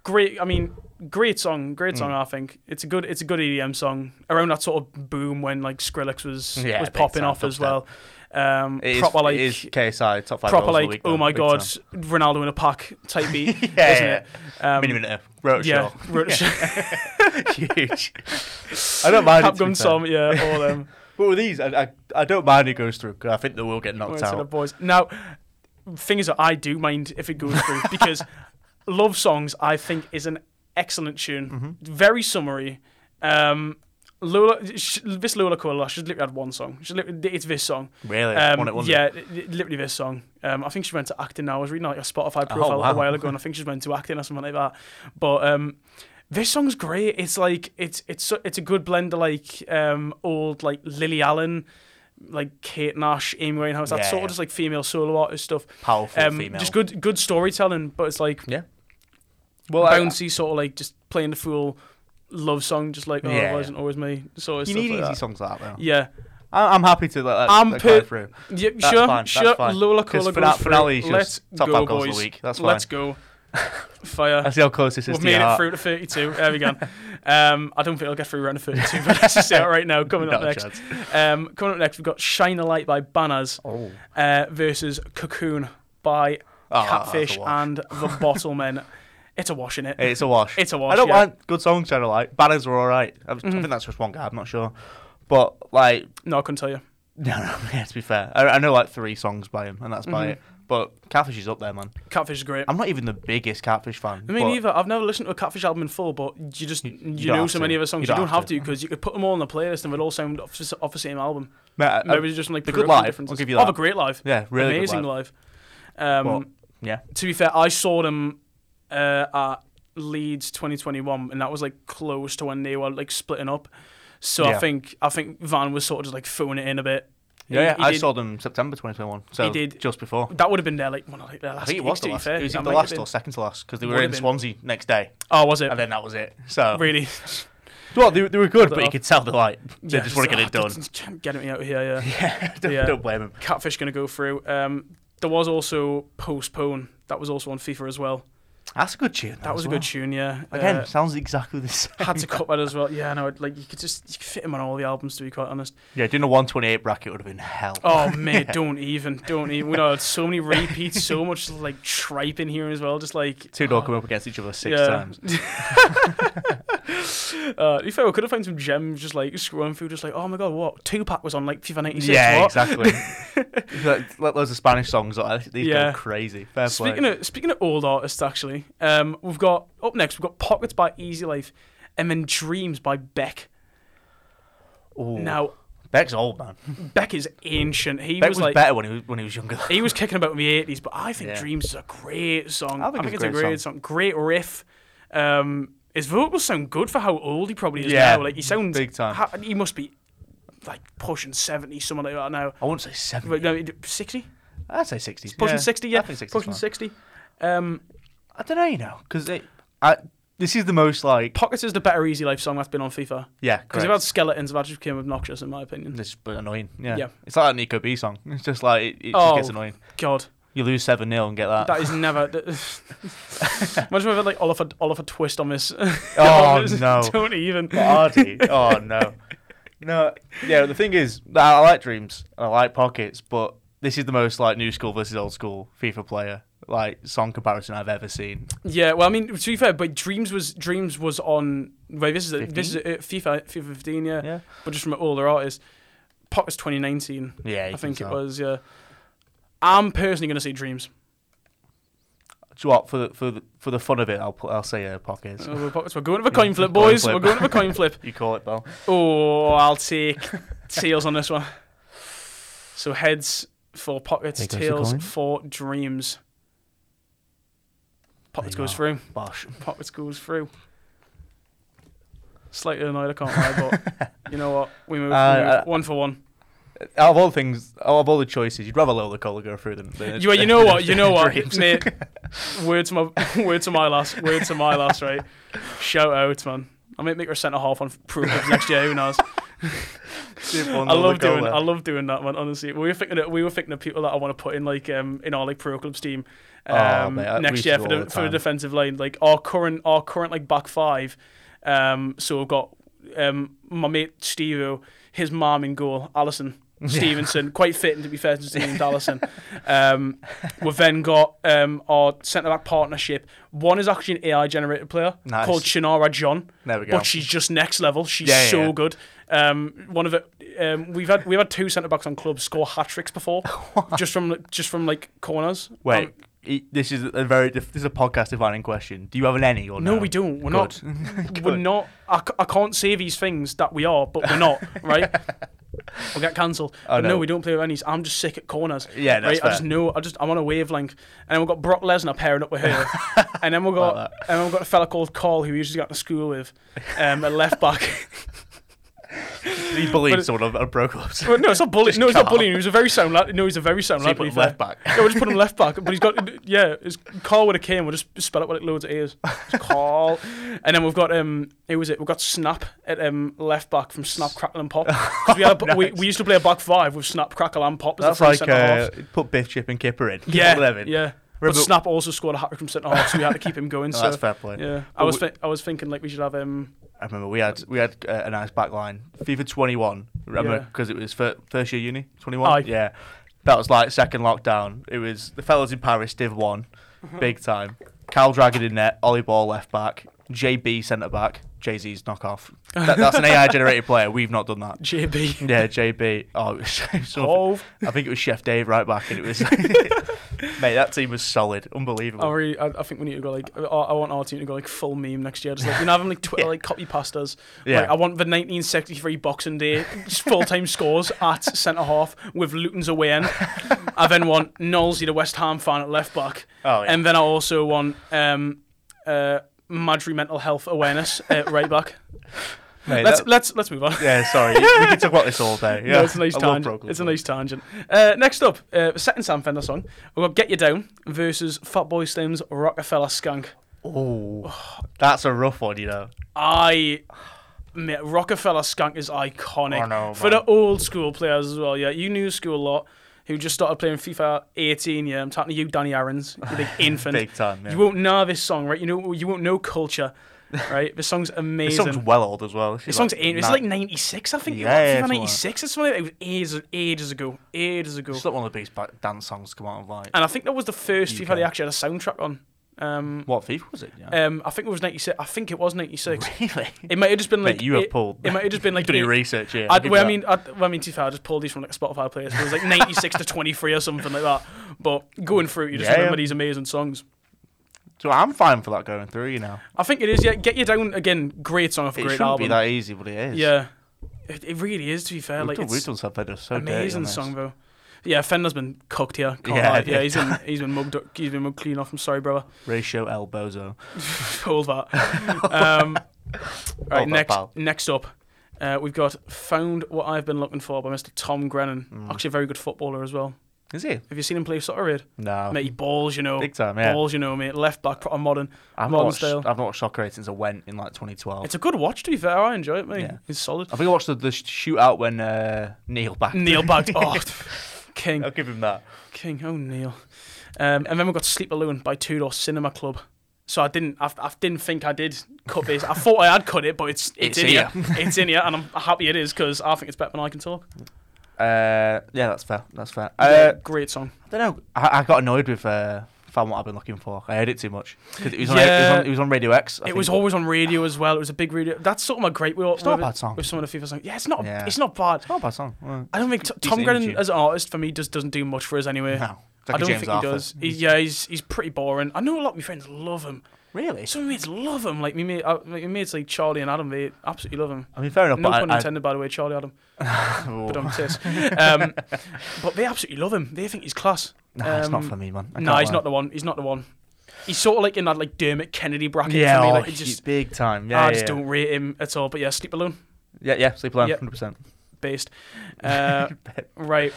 A: great. I mean, great song, great
B: Mm.
A: song. I think it's a good it's a good EDM song around that sort of boom when like Skrillex was
B: Yeah,
A: was
B: big
A: popping
B: time,
A: off as
B: dubstep.
A: well. Um,
B: it is,
A: proper like
B: it is KSI top five
A: proper
B: goals of the
A: like
B: week,
A: oh
B: though,
A: my
B: big
A: god
B: time.
A: Ronaldo in a pack type beat
B: yeah,
A: isn't
B: yeah.
A: it um,
B: mini minute road
A: yeah
B: show
A: Ro-
B: huge I don't mind it, to be
A: Capgun
B: fair.
A: Som yeah all them
B: but with these I, I, I don't mind it goes through 'cause I think they will get knocked
A: Where's the
B: out
A: boys now thing is that I do mind if it goes through because Love Songs I think is an excellent tune very summary um Lola, sh this Lola Cola, she's literally had one song. She's literally, it's this song.
B: really
A: Um,
B: won it, won it.
A: yeah, li- literally this song. Um, I think she went to acting now. I was reading like a Spotify
B: Oh,
A: profile a
B: wow.
A: while ago, and I think she went to acting or something like that. But um, this song's great. It's like it's it's so- it's a good blend of like um, old like Lily Allen, like Kate Nash, Amy Winehouse, that
B: Yeah,
A: sort
B: yeah.
A: of just like female solo artist stuff.
B: powerful
A: Um,
B: female
A: just good good storytelling, but it's like
B: yeah I-
A: bouncy, sort of like just playing the fool love song, just like oh,
B: Yeah,
A: it
B: yeah.
A: wasn't always me. Sort of
B: You
A: stuff
B: need
A: like
B: easy
A: that.
B: songs like that, though.
A: Yeah,
B: I- I'm happy to let that,
A: I'm
B: that go
A: per-
B: through.
A: yeah,
B: That's
A: sure,
B: fine, that's
A: sure.
B: fine.
A: Lola
B: 'Cause
A: Cola
B: fina-
A: goes through.
B: finale is just
A: Let's
B: top
A: go, boys.
B: five goals of the week. That's
A: Let's go. Fire.
B: That's how close this is
A: We've
B: to
A: made
B: your
A: it
B: heart.
A: through to 32. There we go. um, I don't think I'll get through round to 32, but let's just say it right now. Coming up
B: Not a
A: next,
B: chance.
A: um, coming up next, we've got Shine a Light by Banners
B: Oh.
A: uh, versus Cocoon by
B: Oh,
A: Catfish
B: that's a wash.
A: and the Bottlemen. It's a wash in it.
B: It's a wash.
A: It's a wash,
B: I don't
A: yeah. Mm-hmm.
B: mind good songs, Channel Light. Banners were all right. I, was- I think that's just one guy. I'm not sure, but like,
A: No, I couldn't tell you.
B: no, no. Yeah, to be fair, I, I know like three songs by him, and that's
A: Mm-hmm.
B: by it. But Catfish is up there, man.
A: Catfish is great.
B: I'm not even the biggest Catfish fan.
A: I mean,
B: but
A: either I've never listened to a Catfish album in full, but you just you,
B: you don't
A: know
B: have
A: so
B: to.
A: many of the songs. You
B: You
A: don't,
B: don't
A: have
B: have
A: to because you could put them all on the playlist and they'd all sound off, s- off the same album.
B: ma- I-
A: Maybe it's just like
B: Uh, the
A: production
B: good live, I'll
A: differences.
B: give you
A: Oh,
B: that.
A: the great live.
B: yeah, really good
A: amazing
B: live.
A: live. Um,
B: But, yeah,
A: to be fair, I saw them uh, at Leeds 2021, and that was like close to when they were like splitting up. So I
B: Yeah.
A: think I think Van was sort of just like phoning it in a bit. He-
B: yeah, yeah.
A: he
B: I
A: did-
B: saw them September 2021. So
A: He did-
B: just before.
A: That would have been their like one of like, their
B: I
A: last.
B: think it
A: gigs,
B: was the
A: to be
B: last.
A: fair.
B: It was
A: That
B: either the
A: might have
B: last or
A: been-
B: second to last because they
A: Would
B: were
A: have
B: in
A: been.
B: Swansea next day,
A: Oh, was it?
B: and then that was it. So
A: Really?
B: well, they, they were good, but
A: Well,
B: you could tell the light. They
A: Yeah, ah,
B: just want to get it done.
A: done. Get me out of here, yeah.
B: Yeah, don't,
A: Yeah.
B: don't blame him.
A: Catfish going to go through. Um, there was also Postpone. That was also on FIFA as well.
B: That's a good tune.
A: That was a good tune, yeah.
B: Again,
A: Uh,
B: sounds exactly the same.
A: had to cut that as well. Yeah, no, like you could just you could fit him on all the albums, to be quite honest.
B: Yeah, doing a 128 bracket would have been hell.
A: Oh mate, don't even, don't even. We know it's so many repeats, so much like tripe in here as well. Just like
B: Two door come up against each other six
A: Yeah.
B: times.
A: Uh, to be fair, we could have found some gems just like scrolling through, just like oh my god, what Tupac was on like FIFA '96.
B: Yeah,
A: what?
B: exactly. like, like those are Spanish songs. Like, these
A: Yeah.
B: go crazy. Fair
A: Speaking
B: play.
A: of speaking of old artists, actually, um, we've got up next. We've got Pockets by Easy Life, and then Dreams by Beck.
B: Ooh,
A: Now
B: Beck's old man.
A: Beck is ancient. He
B: Beck
A: was
B: was,
A: like
B: better when he was when he was younger.
A: he was kicking about in the '80s, but I think
B: Yeah.
A: Dreams is a great song.
B: I think it's a
A: a
B: great
A: great song. Great riff. Um, his vocals sound good for how old he probably is
B: Yeah,
A: now. Like he sounds
B: big time.
A: ha- he must be like pushing seventy, something like that now.
B: I wouldn't say 70.
A: But no, sixty,
B: I'd say 60s.
A: pushing sixty, yeah,
B: I think 60s.
A: pushing sixty. Um,
B: I don't know, you know, because I this is the most like
A: Pockets is the better Easy Life song that's been on FIFA.
B: yeah
A: Because
B: because
A: they've had skeletons that just became obnoxious, in my opinion.
B: it's but annoying. Yeah.
A: Yeah.
B: it's like that Nico B song. It's just like it, it
A: Oh.
B: just gets annoying.
A: God,
B: You lose seven 0 and get that.
A: that is never. that- Imagine if I had like Oliver Oliver Twist on this.
B: oh
A: on this.
B: no,
A: Don't even.
B: Artie. Oh no, no. Yeah, the thing is, I I like dreams. and I like pockets, but this is the most like new school versus old school FIFA player like song comparison I've ever seen.
A: Yeah, well, I mean, to be fair, but Dreams was Dreams was on. Wait, this is a, this is
B: 15?
A: a, FIFA FIFA 15, yeah,
B: Yeah,
A: But just from an older artist, Pockets 2019,
B: yeah. you
A: I think it
B: tell.
A: was. Yeah, I'm personally gonna say Dreams.
B: Do you know what for the, for the, for the fun of it? I'll put, I'll say uh, pockets.
A: Oh, we're Pockets, we're going to the coin flip,
B: Coin
A: boys.
B: flip.
A: We're going to the coin flip.
B: You call it though.
A: Oh, I'll take tails on this one. So heads for pockets,
B: Here goes the
A: tails
B: coin.
A: for dreams. Pockets
B: There you
A: goes
B: are.
A: through.
B: Bosh.
A: Pockets goes through. Slightly annoyed, I can't lie, but you know what? We move,
B: Uh,
A: we move
B: uh,
A: one for one.
B: Out of all things, out of all the choices, you'd rather Lola Cola go through them. Than,
A: You, you
B: than-
A: know
B: than
A: what? You know what?
B: Dreams.
A: Mate, word to my word to my last word to my last right. Shout out, man. I might make her centre half on proof next year. Who knows?
B: Dip on
A: I
B: Lola
A: love doing
B: Cola.
A: I love doing that man. Honestly, we were thinking of, we were thinking of people that I want to put in like um in our like pro clubs team
B: Oh,
A: um
B: mate, I- we
A: next
B: used to
A: year
B: do
A: for
B: it all
A: the,
B: the
A: for the
B: time.
A: defensive line. Like our current our current like back five. Um, so we've got um my mate Steve, his mom in goal, Allison. Stevenson, quite fitting to be fair to his name, Allison. Um, we've then got um, our centre back partnership. One is actually an AI generated player
B: Nice.
A: called Shinara John
B: There we go.
A: but she's just next level. She's
B: Yeah, yeah,
A: so
B: yeah.
A: good. Um, one of it, um, we've had we've had two centre backs on clubs score hat tricks before, just from just from like corners.
B: Wait,
A: Um,
B: e- this is a very diff- this is a podcast defining question. Do you have an any or no?
A: no, we don't. We're
B: Um, Good.
A: not. we're not. I, c- I can't say these things that we are, but we're not. Right. We'll get cancelled.
B: Oh,
A: but no.
B: no.
A: we don't play with any. I'm just sick at corners.
B: Yeah,
A: right?
B: that's
A: I just
B: fair.
A: know. I just I'm on a wavelength. And then we've got Brock Lesnar pairing up with her. and then we've got and then we've got a fella called Cole who we usually got to school with, um, a left back.
B: He
A: But-
B: bullied someone on, on Pro Clubs.
A: Well, no, it's not bullying.
B: Just
A: No, it's not
B: Carl.
A: bullying. He was a very sound lad. No, he's a very sound
B: So you
A: lad. to
B: put
A: be
B: him
A: fair.
B: left back.
A: Yeah, we'll just put him left back. But he's got, yeah, it's Carl with a K and we'll just spell it with like loads of A's. It's Carl. and then we've got, um, who was it? We've got Snap at um, left back from Snap, Crackle and Pop. 'Cause we, had a, we, we used to play a back five with Snap, Crackle and Pop. As
B: That's
A: the three
B: like
A: centre halves.
B: uh, put Biff, Chip, and Kipper in.
A: Yeah,
B: eleven.
A: yeah. But
B: Remember-
A: Snap also scored a hat trick from centre half, so we had to keep him going.
B: No,
A: so
B: Oh, that's fair play.
A: yeah, I
B: But
A: was
B: we-
A: thi- I was thinking like we should have um, him.
B: I remember we had we had uh, a nice back line. FIFA 21. Remember
A: Yeah.
B: because it was fir- first year uni 21.
A: Aye.
B: Yeah, that was like second lockdown. It was the fellas in Paris Div One,
A: Mm-hmm.
B: big time. Cal Dragon in net, Ollie Ball left back, JB centre back, Jay Z's knockoff. That, that's an AI generated player. We've not done that.
A: JB.
B: Yeah, JB. Oh, it was something-
A: Hove.
B: I think it was Chef Dave right back, and it was mate. That team was solid, unbelievable.
A: I, Oh, really, I, I think we need to go like I, I want our team to go like full meme next year. Just like you know, having like Twitter
B: Yeah.
A: like copy pastas.
B: Yeah.
A: Like, I want the 1963 Boxing Day full time scores at centre half with Luton's away end. I then want Knowlesy, the West Ham fan at left back,
B: Oh, yeah.
A: and then I also want um, uh, Madry mental health awareness at right back.
B: Mate,
A: Let's
B: that-
A: let's let's move on.
B: yeah, sorry. we can talk about this all day. Yeah,
A: No, it's a nice
B: I love
A: tangent.
B: Brooklyn.
A: It's a nice tangent. Uh, next up, uh, second Sam Fender song. We've got Get You Down versus Fatboy Slim's Rockefeller Skunk.
B: Oh, that's a rough one, you know.
A: I. Mate, Rockefeller Skunk is iconic.
B: I know,
A: For the
B: man.
A: old school players as well, yeah. You new school lot who just started playing FIFA 18, yeah. I'm talking to you, Danny Aarons, you big infant.
B: Big time, yeah.
A: You won't know this song, right? You know, you won't know culture, right? This song's
B: This
A: amazing.
B: song's well old as well. This
A: The
B: is
A: song's like, it's
B: ni-
A: like '96, I think.
B: Yeah,
A: Yeah,
B: it's
A: FIFA
B: one of-
A: '96. It's something like it was ages, ages ago, ages ago.
B: It's not one of the biggest ba- dance songs come out of like.
A: And I think that was the first
B: You
A: FIFA they
B: go.
A: actually had a soundtrack on. Um,
B: What FIFA was it? Yeah.
A: um, I think it was '96. I think it was '96.
B: really?
A: It might have just been
B: Mate,
A: like
B: you have
A: it,
B: pulled-
A: It might have just been like.
B: Did your
A: it-
B: research? Yeah. I'll
A: I'd,
B: give
A: well,
B: you
A: I mean, I'd, well, I mean, to be fair, I just pulled these from like a Spotify playlist. It was like '96 to '23 or something like that. But going through, you just
B: Yeah,
A: remember
B: yeah.
A: these amazing songs.
B: that. so I'm fine for that going through. You know,
A: I think it is. Yeah, get you down again. Great song off a
B: it
A: great
B: shouldn't
A: album.
B: be that easy, but it is.
A: yeah, it, it really is. To be fair,
B: We've,
A: like
B: done, we've
A: it's,
B: done something that's so dirty on
A: Amazing
B: this.
A: song though. Yeah, Fender's been cooked here. Can't
B: Yeah,
A: lie. yeah,
B: yeah.
A: he's been he's been mugged up- he's been mugged clean off. I'm sorry, brother.
B: Ratio El Bozo.
A: Hold that. Um, right,
B: that,
A: next
B: pal.
A: next up, uh, we've got "Found What I've Been Looking For" by Mr. Tom Grennan.
B: Hmm.
A: Actually, a very good footballer as well.
B: Is he?
A: Have you seen him play soccer? Raid?
B: No.
A: Mate, he balls, you know.
B: Oh. Big time, yeah.
A: Balls, you know, mate. Left back, proper modern.
B: I've not
A: modern
B: watched.
A: style.
B: I've not watched soccer Aid since I went in like 2012.
A: It's a good watch, to be fair. I enjoy it, mate.
B: Oh. Yeah. Oh.
A: He's solid.
B: I think I watched the, the sh- shootout when uh, Neil back.
A: Neil bagged. Oh, king.
B: I'll give him that.
A: King O'Neill. Um, and then we got Sleep Alone by Two Door Cinema Club. So I didn't, I, I didn't think I did cut this. I thought I had cut it, but it's it's,
B: It's
A: in here. it's in here, and I'm happy it is because I think it's better than I can talk.
B: Uh, yeah, that's fair. That's fair.
A: Yeah,
B: Uh,
A: great song.
B: I don't know. I, I got annoyed with uh, found what I've been looking for. I heard it too much 'Cause it was, on, it, was
A: Yeah.
B: on, it was on Radio X. I
A: It
B: think.
A: was always on radio as well. It was a big radio. That's sort of my great. With,
B: It's not a
A: with-
B: bad song.
A: With some of the FIFA songs, yeah, it's not.
B: Yeah.
A: It's not bad.
B: It's not a bad song. Well,
A: I don't think t- Tom
B: Decent
A: Grennan
B: energy.
A: as an artist for me just doesn't do much for us anyway.
B: no, it's
A: I
B: like a
A: don't
B: James
A: think
B: Arthur.
A: he does. He's, yeah, he's he's pretty boring. I know a lot of my friends love him.
B: Really?
A: Some of my mates love him. Like me, mate, uh, my mates like Charlie and Adam. They absolutely love him.
B: I mean, fair enough.
A: No
B: but
A: pun
B: I,
A: intended, by the way, Charlie Adam.
B: I, oh,
A: But I'm tis. Um, but they absolutely love him. They think he's class.
B: nah, it's not
A: um,
B: for me, man. I
A: No,
B: can't
A: he's
B: lie.
A: not the one. He's not the one. He's sort of like in that like Dermot Kennedy bracket
B: Yeah,
A: for me.
B: oh,
A: Like, it
B: he-
A: just,
B: big time. Yeah,
A: I
B: yeah,
A: just
B: yeah.
A: don't rate him at all. But yeah, Sleep Alone,
B: yeah, yeah. Sleep alone,
A: Yep.
B: hundred percent.
A: based. Uh, right.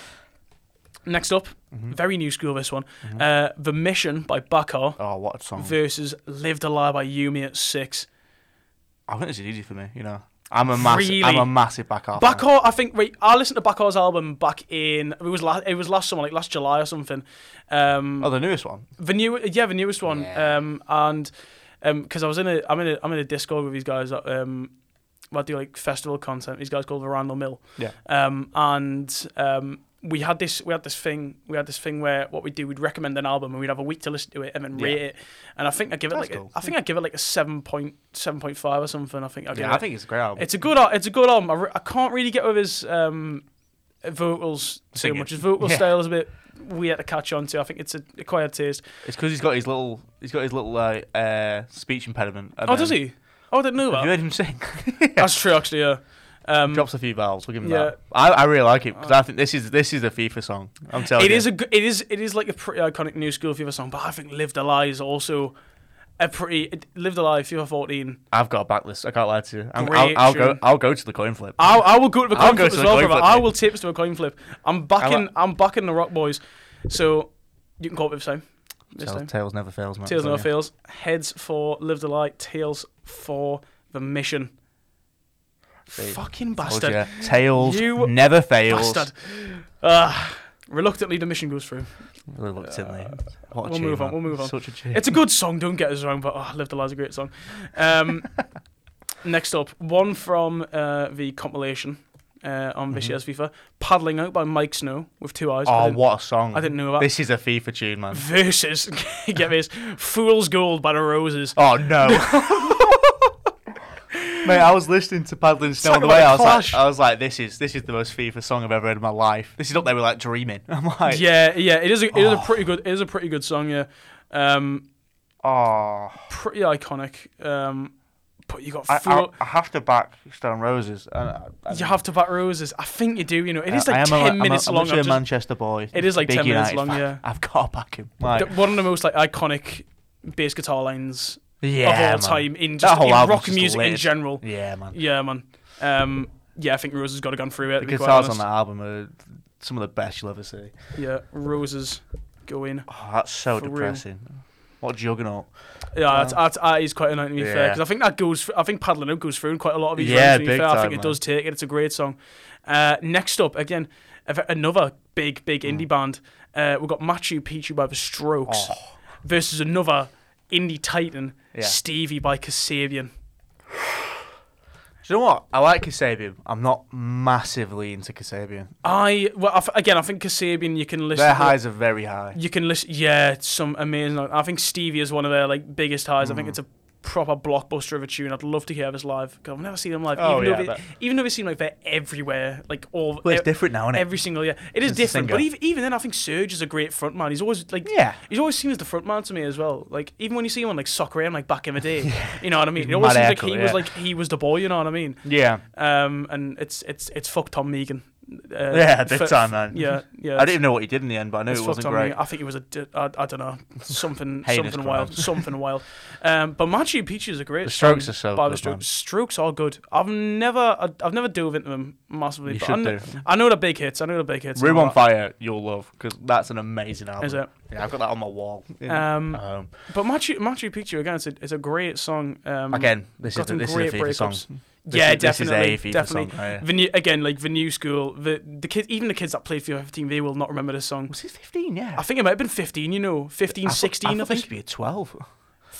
A: Next up,
B: Mm-hmm.
A: very new school this one. Uh, the Mission by Bakar
B: Oh, what a song!
A: versus Lived a Lie by Yumi at six.
B: I think this is easy for me. You know, I'm a massive, I'm
A: Really?
B: a massive back half. fan.
A: Backhaul, I think. Wait, I listened to Bakhar's album back in it was last it was last summer, like last July or something. Um,
B: Oh, the newest one.
A: The new, yeah, the newest one.
B: Yeah.
A: Um, and because I was in a, I'm in a, I'm in a Discord with these guys that um, that do like festival content. These guys called the Randall Mill.
B: Yeah.
A: Um, and um, we had this, we had this thing, we had this thing where what we do, we'd recommend an album and we'd have a week to listen to it and then
B: Yeah.
A: rate it. And I think I give it
B: That's
A: like, a-
B: cool.
A: I think I give it like a seven point, seven point five or something. I think I give
B: Yeah,
A: it.
B: I think it's a great album.
A: It's a good. al- It's a good album. I, re- I can't really get with his um, vocals too
B: Singing.
A: much. His vocal
B: Yeah.
A: style is a bit weird to catch on to. I think it's a acquired taste.
B: It's because he's got his little, he's got his little like uh, speech impediment. and
A: Oh, does
B: then-
A: he? Oh, I didn't know
B: Have you
A: that.
B: heard him sing?
A: That's true, actually. Yeah. Um,
B: Drops a few vowels. We'll give him
A: Yeah. Uh.
B: that. I, I really like it because I think this is this is a FIFA song. I'm telling
A: it
B: you,
A: is a. go- It is. It is like a pretty iconic new school FIFA song, but I think "Lived a Lie" is also a pretty it- "Lived a Lie" FIFA 14.
B: I've got a backlist. I can't lie to you. I'm,
A: Great
B: I'll, I'll go.
A: tune.
B: I'll go to the coin flip.
A: I'll, I will go to the
B: I'll
A: coin
B: go
A: flip
B: to
A: as
B: the
A: well,
B: coin
A: brother.
B: flip,
A: I
B: mate.
A: will tips to a coin flip. I'm backing.
B: like-
A: I'm backing the Rock Boys. So you can call it this time. This
B: Tails,
A: time.
B: tails never fails, man.
A: Tails
B: I'm
A: no
B: telling
A: fails. Heads for Lived a Lie. Tails for the mission.
B: They-
A: Fucking
B: you.
A: bastard.
B: Told ya. Tails
A: You
B: never fails.
A: Bastard. Ah, Reluctantly, the mission goes through.
B: Reluctantly. What a
A: we'll
B: tune,
A: move on,
B: man.
A: we'll move on.
B: Such a tune.
A: It's a good song, don't get us wrong, but oh, Live the Light's a great song. Um, next up, one from uh, the compilation uh, on this
B: Mhm.
A: year's FIFA, Paddling Out by Mike Snow with two eyes. I
B: oh,
A: didn't-
B: what a song.
A: I didn't know that.
B: This is a FIFA tune, man.
A: Versus, get this, Fool's Gold by the Roses.
B: Oh, no. Mate, I was listening to Paddling Snow on
A: Talk about
B: the way.
A: a
B: I was
A: clash.
B: like, I was like, this is this is the most FIFA song I've ever heard in my life. This is up there with like dreaming. I'm like,
A: Yeah, yeah, it is a, it is a
B: Oh.
A: pretty good it is a pretty good song, yeah. Um,
B: oh,
A: pretty iconic. Um, but you got
B: I, I,
A: Fool-
B: I have to back Stone Roses. I, I, I
A: you have to bat roses. I think you do. You know, it is
B: I- I
A: like
B: am a-
A: ten
B: I'm a-
A: minutes
B: I'm
A: long.
B: literally
A: I'm
B: a
A: just-
B: Manchester boy.
A: It is like
B: Big
A: 10 minutes
B: United
A: long,
B: fan.
A: yeah.
B: I've got to back him. Like,
A: th- one of the most like iconic bass guitar lines
B: yeah,
A: of all
B: man.
A: time in just in
B: whole album's
A: rock
B: just
A: music in
B: lit.
A: general.
B: Yeah, man.
A: Yeah, man. Um, yeah, I think Roses got to gone through it.
B: The
A: to be quite
B: guitars on that
A: honest.
B: album are some of the best you'll ever see.
A: Yeah, Roses going.
B: Oh, that's so
A: For real.
B: depressing. What a juggernaut.
A: Yeah, that's, that's, that is quite annoying to be fair
B: Yeah.
A: because I think that goes. I think Paddling Out goes through in quite a lot of these.
B: Yeah,
A: rounds, to be
B: big
A: fair. I
B: time,
A: think it
B: man.
A: does take it. It's a great song. Uh, next up, again, a ve- another big, big
B: Mm.
A: indie band. Uh, we've got Machu Picchu by The Strokes versus another indie titan,
B: Oh. Yeah.
A: Stevie by Kasabian.
B: Do you know what? I like Kasabian. I'm not massively into Kasabian.
A: I well I f again I think Kasabian you can listen.
B: Their
A: to-
B: highs are very high.
A: You can listen. Yeah, it's some amazing. I think Stevie is one of their like biggest highs. I think
B: Mm.
A: it's a proper blockbuster of a tune. I'd love to hear this live. 'cause I've never seen them live.
B: Oh,
A: even,
B: yeah,
A: though
B: I
A: they,
B: bet.
A: even though they seem like they're everywhere, like all
B: But it's
A: e-
B: different now, isn't it?
A: every single year. It is
B: Since the
A: different. But
B: singer.
A: even, even then, I think Serge is a great frontman. He's always like
B: Yeah.
A: He's always seen as the front man to me as well. Like even when you see him on like soccer and like back in the day, you know what I mean. It
B: He's
A: always
B: mad
A: seems like
B: aircut,
A: he was
B: yeah.
A: like he was the boy. You know what I mean.
B: Yeah.
A: Um, and it's it's it's fuck Tom Megan. Uh,
B: Yeah, big
A: for-
B: time, man.
A: Yeah, yeah.
B: I didn't even know what he did in the end, but I know
A: it's
B: it wasn't
A: fucked on
B: great.
A: me. I think it was a, di- I, I don't know, something,
B: Heinous
A: something wild,
B: crime.
A: something wild. Um, but Machu Picchu is a great.
B: The Strokes
A: song
B: are so
A: by the
B: good,
A: Strokes.
B: man.
A: Strokes are good. I've never, I, I've never dove into them massively.
B: You
A: but
B: should
A: I, kn-
B: do.
A: I know the big hits. I know the big hits. and
B: Room
A: all
B: on
A: that.
B: Fire, you'll love, because that's an amazing album.
A: Is it?
B: Yeah, I've got that on my wall.
A: Um,
B: Um,
A: But Machu, Machu Picchu again, it's a, it's a great song. Um,
B: again, this
A: got
B: is, the,
A: some
B: this is a
A: great
B: FIFA song.
A: breakups.
B: This
A: yeah,
B: is- this is a
A: definitely,
B: FIFA song,
A: definitely.
B: yeah.
A: The new, again, like the new school, the the kids, even the kids that played FIFA 15, they will not remember this song.
B: Was it 15? Yeah.
A: I think it might have been 15, you know, 15, 16, I,
B: thought
A: think.
B: this would be a 12.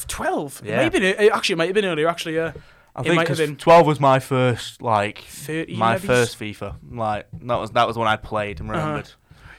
A: 12. It
B: Yeah.
A: might have been, it actually, it might have been earlier, actually, yeah.
B: I
A: It
B: think
A: might have
B: 'cause
A: been.
B: 12 was my first, like,
A: 13.
B: my
A: maybe?
B: first FIFA. Like, that was that was when I played and
A: Uh-huh.
B: remembered.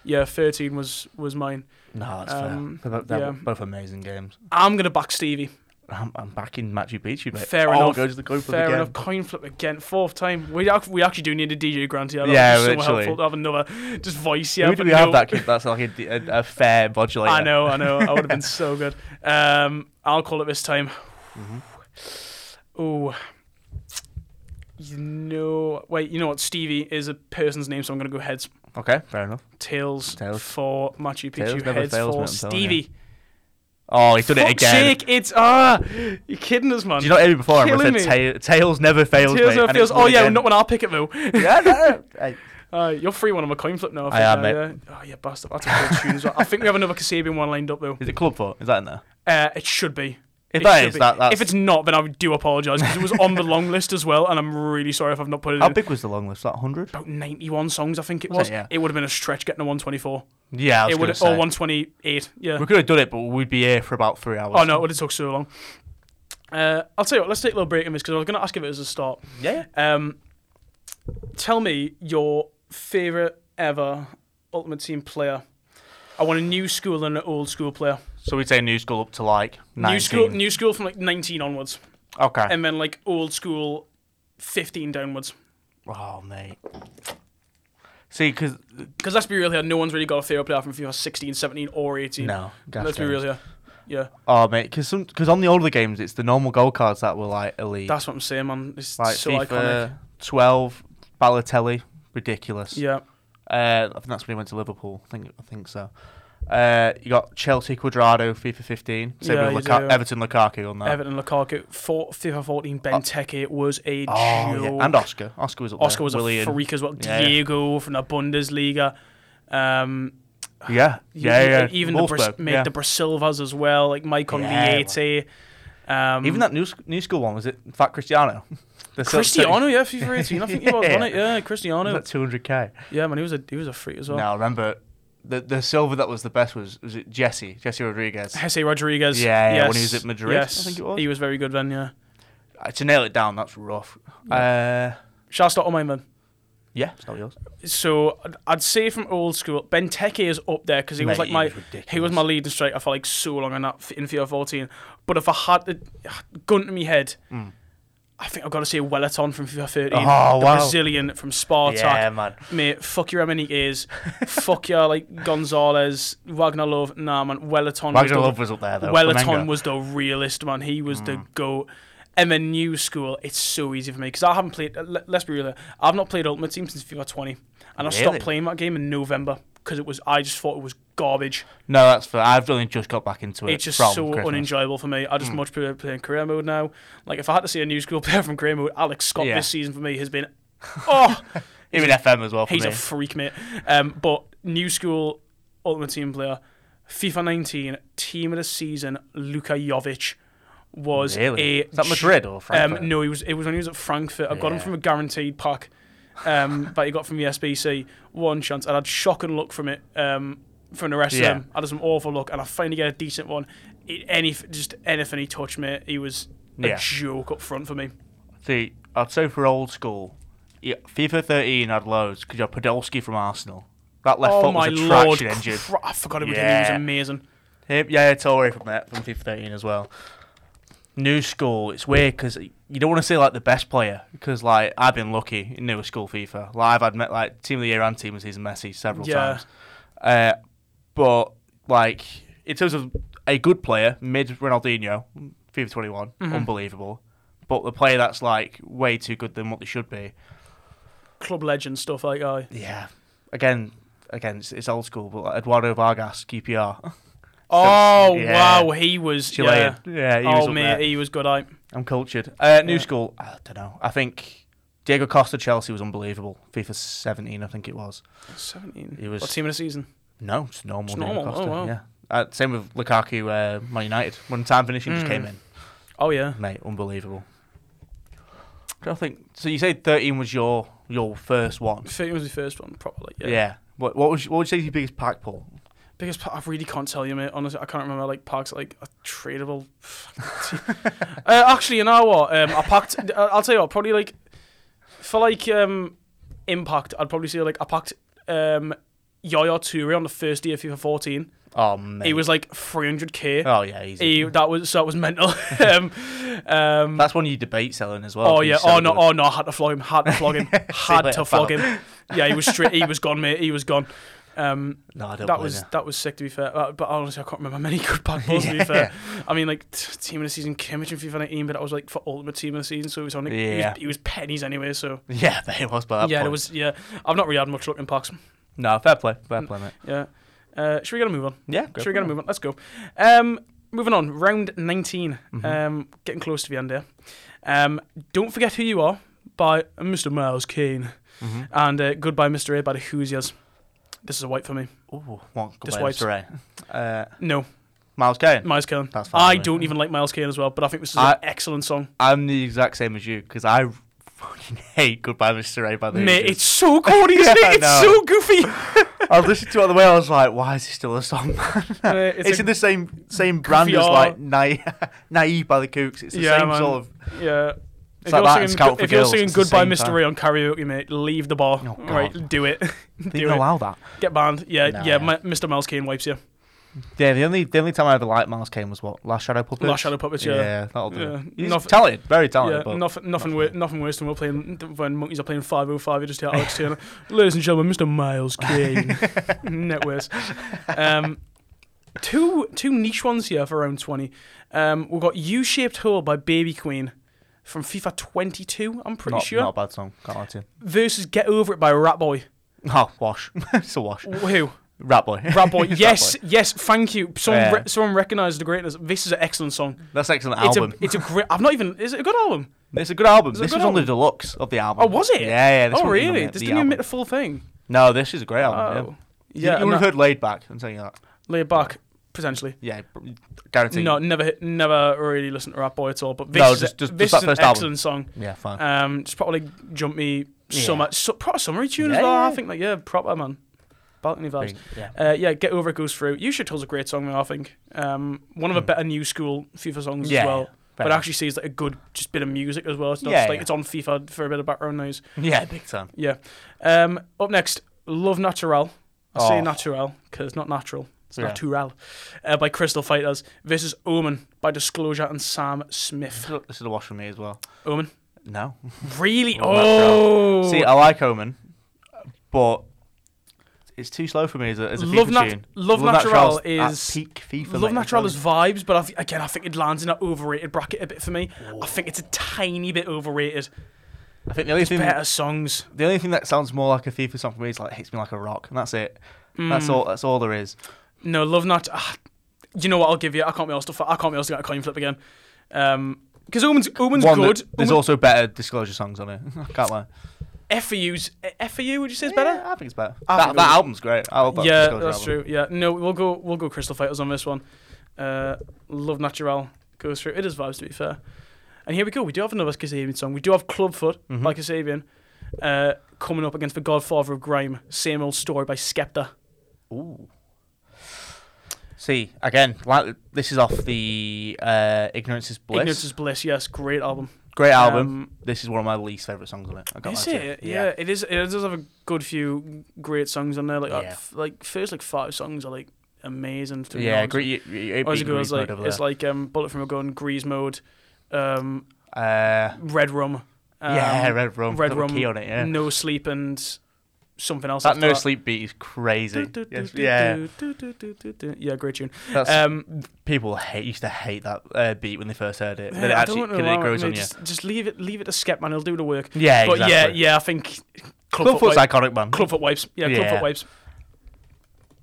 A: Yeah, 13 was was mine.
B: No, that's
A: Um,
B: fair. They're, bo- they're
A: yeah.
B: both amazing games.
A: I'm going to back Stevie.
B: I'm, I'm backing Machu Picchu, mate.
A: Fair
B: I'll
A: enough.
B: go to the coin flip
A: Fair
B: again.
A: enough. Coin flip again. Fourth time. We ac- we actually do need a DJ Grant here. That
B: Yeah,
A: would be so
B: literally.
A: helpful to have another just voice here.
B: Who do
A: but
B: we
A: no.
B: have that kid that's like a, a, a fair modulator?
A: I know, I know. I would have been so good. Um, I'll call it this time.
B: Mm-hmm.
A: Oh, you know. Wait, you know what? Stevie is a person's name, so I'm going to go heads.
B: Okay, fair enough.
A: Tails,
B: Tails.
A: for Machu
B: Tails
A: Picchu.
B: never
A: Heads
B: fails,
A: for
B: mate, I'm telling you.
A: Stevie.
B: Oh, he's done it
A: Fuck's
B: again.
A: sake, it's ah, you're kidding us, man.
B: Do you know what I mean before? I
A: Killing
B: said ta- tails never fails,
A: Tails
B: mate.
A: never
B: and
A: fails.
B: it's
A: Oh
B: done
A: yeah,
B: again.
A: not when I pick it though.
B: yeah, no, no.
A: Uh, you're free one on a coin flip now. I, think,
B: I am,
A: now, Yeah. Oh yeah, bastard. That's a good tune as well. I think we have another Kasabian one lined up though.
B: Is it club foot? Is that in there?
A: Uh, it should be.
B: If
A: It
B: that
A: should
B: is,
A: be.
B: that- that's-
A: if it's not, then I do apologise because it was on the long list as well, and I'm really sorry if I've not put it
B: How
A: in.
B: big was the long list? That hundred?
A: About 91 songs, I think it
B: Was
A: was.
B: it? Yeah.
A: It would have been a stretch getting to 124.
B: Yeah, I was
A: It would
B: gonna
A: have, oh, or
B: say.
A: 128. Yeah.
B: We could have done it, but we'd be here for about three hours.
A: Oh no, it would have took so long. Uh, I'll tell you what. Let's take a little break in this because I was going to ask if it was a start.
B: Yeah.
A: Um, tell me your favorite ever Ultimate Team player. I want a new school and an old school player.
B: So we'd say new school up to like nineteen.
A: New school, new school from like 19 onwards,
B: okay.
A: and then like old school, 15 downwards.
B: oh mate. See, because
A: Because let's be real here, no one's really got a favorite player from FIFA 16, 17, or 18.
B: no, gas
A: let's be
B: games.
A: real here. Yeah,
B: Oh mate, because because on the older games, it's the normal goal cards that were like elite,
A: that's what I'm saying, man. It's
B: like
A: so
B: FIFA
A: iconic.
B: twelve, Balotelli, ridiculous.
A: Yeah,
B: Uh, I think that's when he went to Liverpool. I think I think so. Uh, you got Chelsea Quadrado, FIFA 15. Same
A: Yeah, you
B: with Luka-
A: do.
B: Everton Lukaku on that.
A: Everton Lukaku, four, FIFA 14, Benteke was a
B: oh,
A: joke.
B: yeah. And Oscar. Oscar was up
A: Oscar
B: there.
A: was
B: Willian.
A: a freak as well.
B: Yeah, yeah.
A: Diego from the Bundesliga. Um,
B: Yeah. Yeah,
A: even,
B: yeah.
A: even the, Bras-
B: Wolfsburg,
A: mate,
B: yeah.
A: the Brasilvas as well, like Mike on
B: Yeah, man.
A: the Um,
B: Even that new, sc- new school one, was it Fat Cristiano? The sil-
A: Cristiano, yeah, FIFA 18, I think he was,
B: Yeah.
A: wasn't it? Yeah,
B: sil-
A: Cristiano.
B: that 200k.
A: Yeah, man, he was a he was a freak as well.
B: No, I remember the the silver that was the best was was it Jesse Jesse Rodriguez.
A: Jesse Rodriguez.
B: Yeah, yeah,
A: yes,
B: when he was at Madrid, I
A: Yes.
B: think it was.
A: He was very good then, yeah.
B: Uh, to nail it down, that's rough. Uh,
A: Shall I start on mine then?
B: yeah, it's not yours.
A: So I'd- I'd say from old school, Benteke is up there because he was
B: Mate,
A: like
B: he
A: my
B: was ridiculous.
A: he was my leading striker for like so long in that f- in FIFA 14. But if I had a gun to my head, I think I've got to say Wellington from FIFA 13,
B: Hmm. Oh,
A: the
B: wow.
A: Brazilian from Spartak.
B: Yeah, man.
A: Mate, fuck your Emenike's, fuck your like Gonzalez, Wagner Love, nah man, Wellington. was
B: Wagner
A: the-
B: Love was up there though.
A: Wellington
B: Flamengo. Mm.
A: was the realist man. He was the goat. And then new school, it's so easy for me because I haven't played. uh, le- Let's be real, here, I've not played Ultimate Team since FIFA 20, and I
B: Really?
A: stopped playing that game in November because it was. I just thought it was garbage.
B: No, that's fair. I've only just got back into it.
A: It's just
B: from
A: so
B: Christmas. Mm.
A: unenjoyable for me. I just much prefer playing career mode now. Like if I had to see a new school player from career mode, Alex Scott
B: Yeah.
A: this season for me has been, oh,
B: Even FM as well for
A: he's
B: me.
A: a freak, mate. Um, but new school Ultimate Team player, FIFA 19 Team of the Season, Luka Jovic was
B: really?
A: a
B: Is that Madrid or Frankfurt?
A: um, no, he was it was when he was at Frankfurt. I got him
B: Yeah.
A: from a guaranteed pack um, that he got from the SBC. One chance, and I had shock and luck from it um, from the rest
B: Yeah.
A: of them. I had some awful luck, and I finally get a decent one. It, any just anything he touched, mate, he was a
B: Yeah.
A: joke up front for me.
B: See, I'd say for old school, yeah, FIFA 13 had loads because you had Podolski from Arsenal. That left
A: oh
B: foot
A: my
B: was a traction
A: lord!
B: engine.
A: cra- I forgot about him. He was
B: Yeah.
A: amazing.
B: Him, yeah, Torre from that from FIFA 13 as well. New school, it's weird because you don't want to say like the best player because like I've been lucky in newer school FIFA. Like I've had met like team of the year and team of the season Messi several
A: Yeah.
B: times. Uh, but like in terms of a good player, mid Ronaldinho, FIFA 21,
A: Mm-hmm.
B: unbelievable. But the player that's like way too good than what they should be.
A: Club legend stuff like I.
B: Yeah, again, again, it's, it's old school. But like Eduardo Vargas, QPR,
A: Oh
B: yeah.
A: wow, he was
B: Chilean.
A: Yeah.
B: Yeah, he was
A: oh
B: up
A: mate,
B: there.
A: he was good. I
B: I'm cultured. Uh, new
A: Yeah.
B: school. I don't know. I think Diego Costa Chelsea was unbelievable. FIFA 17, I think it was.
A: seventeen.
B: He was-
A: what team of the season?
B: No, it's normal.
A: It's
B: Diego
A: normal, oh,
B: Costa.
A: wow.
B: Yeah. Uh, same with Lukaku, uh, Man United. When time finishing just came in,
A: Oh yeah.
B: mate, unbelievable. I don't think. So you say 13 was your your first one.
A: Thirteen was the first one, probably.
B: Yeah.
A: Yeah.
B: What what was what would you say is your biggest pack pull?
A: Biggest part, I really can't tell you, mate. Honestly, I can't remember like parks like a tradable. uh, actually, you know what? Um, I packed. I- I'll tell you what. Probably like for like um, impact. I'd probably say like I packed um, Yaya Toure on the first day of FIFA 14.
B: Oh mate.
A: He was like 300k.
B: Oh yeah,
A: He,
B: easy.
A: that was so that was mental. um, um,
B: That's one you debate selling as well.
A: Oh
B: 'cause
A: yeah.
B: he's so
A: Oh no.
B: good.
A: Oh no. I had to flog him. Had to flog him.
B: you
A: had
B: later,
A: to flog
B: pal.
A: him. Yeah, he was straight. He was gone, mate. He was gone. Um,
B: No, I don't
A: that
B: blame
A: was
B: you.
A: that was sick to be fair. Uh, but honestly, I can't remember many good back balls to be fair. I mean, like t- team of the season, Kimmich and FIFA 19, but I was like for ultimate team of the season, so it was on. Like, he,
B: Yeah.
A: was, he was pennies anyway. So
B: Yeah, but it was by that
A: yeah,
B: point.
A: there was yeah. I've not really had much luck in parks.
B: No, fair play, fair play, mate.
A: Yeah. Uh, should we get a move on?
B: Yeah,
A: should we get a move on? Let's go. Um, moving on, round 19.
B: Mm-hmm.
A: Um, getting close to the end here. Um, Don't Forget Who You Are by Mr. Miles Kane.
B: Mm-hmm.
A: And uh, Goodbye, Mr. A by the Hoosiers. This is a wipe for me.
B: Ooh, one
A: Just
B: just wipes Ray. Uh,
A: No,
B: Miles Kane.
A: Miles Kane.
B: That's fine.
A: I
B: mate.
A: don't even like Miles Kane as well, but I think this is
B: I-
A: an excellent song.
B: I'm the exact same as you because I fucking hate Goodbye, Mr. Ray. By the
A: Mate,
B: Hoosiers.
A: it's so corny, isn't
B: Yeah, I
A: it? It's
B: know.
A: so goofy.
B: I was listening to it on the way. I was like, why is this still a song?
A: Uh,
B: it's
A: a-
B: in the same same brand as
A: goofy
B: like Na- Naive by the Kooks. It's the
A: Yeah,
B: same
A: man.
B: sort of.
A: Yeah. If
B: like
A: you're,
B: that and
A: singing,
B: Scout
A: Good-
B: for
A: if you're
B: Girls,
A: singing
B: it's the
A: Goodbye
B: same
A: Mr.
B: time.
A: Ray on karaoke, mate, leave the bar.
B: Oh, God.
A: right, do it.
B: They
A: do
B: didn't
A: it.
B: allow that.
A: Get banned. Yeah,
B: Nah.
A: yeah. Mi- Mr. Miles Kane wipes you.
B: Yeah, the only the only time I ever liked Miles Kane was what Last Shadow Puppets.
A: Last Shadow Puppets, yeah.
B: yeah, that'll do.
A: Yeah.
B: He's
A: Nothing-
B: talented, very talented,
A: yeah,
B: but
A: nothing, nothing, wor- nothing worse than we're playing when monkeys are playing 505. You just hear Alex Turner, ladies and gentlemen, Mr. Miles Kane. Net worse. Um, two two niche ones here for round 20. Um, we've got U-shaped hole by Baby Queen from FIFA 22. I'm pretty
B: not,
A: sure
B: not a bad song. Can't lie to you.
A: versus Get Over It by Rat Boy.
B: Oh, wash. it's a wash.
A: Who?
B: Rat boy.
A: Rat Boy.
B: It's
A: yes, yes. Thank you. Someone,
B: Yeah.
A: re- someone recognised the greatness. This is an excellent song.
B: That's an excellent
A: It's
B: album.
A: a it's a great. I've not even. Is it a good album?
B: It's a good album.
A: It's a
B: this
A: good
B: was on the deluxe of the album.
A: Oh, was it?
B: Yeah, yeah. This
A: oh,
B: wasn't even
A: really?
B: the-
A: This
B: the
A: didn't even
B: album.
A: make the full thing.
B: No, this is a great album.
A: Oh. Yeah,
B: Yeah, you, you would
A: and
B: have
A: that-
B: heard "Laid Back" and saying that.
A: laid back potentially.
B: Yeah, pr- guaranteed.
A: No, never, hit- never really listened to Rap Boy at all. But this
B: No,
A: is,
B: just-
A: a-
B: just-
A: this
B: just that
A: is
B: first
A: an
B: album.
A: excellent song.
B: Yeah, fine.
A: Um, it's probably jump me
B: Yeah.
A: summer, so, proper summary tune
B: Yeah,
A: as well.
B: yeah,
A: I think like yeah, proper man. Balcony Vibes.
B: Big- yeah.
A: Uh, yeah, Get Over It goes through. You Should Tell's a great song, man, I think. Um, one of the
B: Hmm.
A: better new school FIFA songs
B: Yeah,
A: as well.
B: yeah.
A: But
B: Fair.
A: actually sees like a good just bit of music as well. It's not
B: Yeah,
A: just like
B: yeah.
A: it's on FIFA for a bit of background noise.
B: yeah, big time.
A: Yeah. Um, up next, Love Natural. I say
B: Oh.
A: natural because not natural. It's
B: Yeah.
A: natural. Uh, by Crystal Fighters. This is Omen by Disclosure and Sam Smith.
B: This is- This is a wash for me as well.
A: Omen.
B: No.
A: Really?
B: Love Natural.
A: Oh.
B: See, I like Omen, but it's too slow for me as a, as a
A: Love
B: FIFA
A: Nat-
B: tune.
A: Love
B: Natural's
A: Natural
B: at
A: is-
B: peak FIFA. mate,
A: Love
B: I'm
A: Natural
B: telling
A: is vibes, but I th- again, I think it lands in that overrated bracket a bit for me. I think it's a tiny bit overrated.
B: you. I think the only thing
A: Better songs.
B: the only thing that sounds more like a FIFA song for me is like hits me like a rock, and that's it. That's
A: Hmm.
B: all. That's all there is.
A: No, Love Not. Ah, you know what? I'll give you. I can't be asked to. fi- I can't be asked to get a coin flip again. Um, because Omen's Omen's
B: One
A: good.
B: That, there's
A: Omen,
B: also better disclosure songs on it. I can't lie.
A: FEU's FEU. Would you say is better?
B: Yeah, I think it's better.
A: I
B: that
A: think
B: that
A: it-
B: album's great. I love that
A: Yeah,
B: Disclosure
A: that's
B: album.
A: true. Yeah, no, we'll go. We'll go Crystal Fighters on this one. Uh, Love Natural goes through. It is vibes to be fair. And here we go. We do have another Kasabian song. We do have Clubfoot
B: Mm-hmm.
A: by Kasabian uh, coming up against the Godfather of Grime. Same old story by Skepta.
B: Ooh. See again, like this is off the uh, Ignorance is Bliss.
A: Ignorance is bliss. Yes, great album.
B: Great album.
A: Um,
B: this is one of my least favorite songs on it. I can't
A: Is
B: lie to
A: it?
B: you.
A: Yeah. it is. It does have a good few great songs on there. Like, uh,
B: Yeah.
A: f- like first like five songs are like amazing. To
B: Yeah,
A: be
B: yeah
A: honest.
B: great. It, it,
A: I was gonna go, it's
B: Grease
A: like
B: mode over
A: it's like um, Bullet from a Gun, Grease Mode, um,
B: there. uh,
A: Red Rum. Um,
B: yeah, Red Rum.
A: Red
B: Red
A: Rum,
B: Key on it. Yeah,
A: No Sleep, and something else.
B: that
A: after
B: No Sleep beat is crazy.
A: Do, do, do,
B: Yes,
A: do,
B: yeah,
A: do, do, do, do, do, do. Yeah, great tune.
B: that's,
A: Um,
B: people hate used to hate that uh, beat when they first heard it. Then it
A: I
B: actually
A: don't know.
B: it
A: why,
B: grows
A: mate,
B: on you.
A: just, just leave it. Leave it to Skep, man. He'll do the work.
B: Yeah,
A: but yeah,
B: exactly.
A: yeah, I think
B: Clubfoot's
A: Clubfoot, wi-
B: iconic man.
A: Clubfoot wipes. Yeah, Clubfoot
B: Yeah.
A: wipes.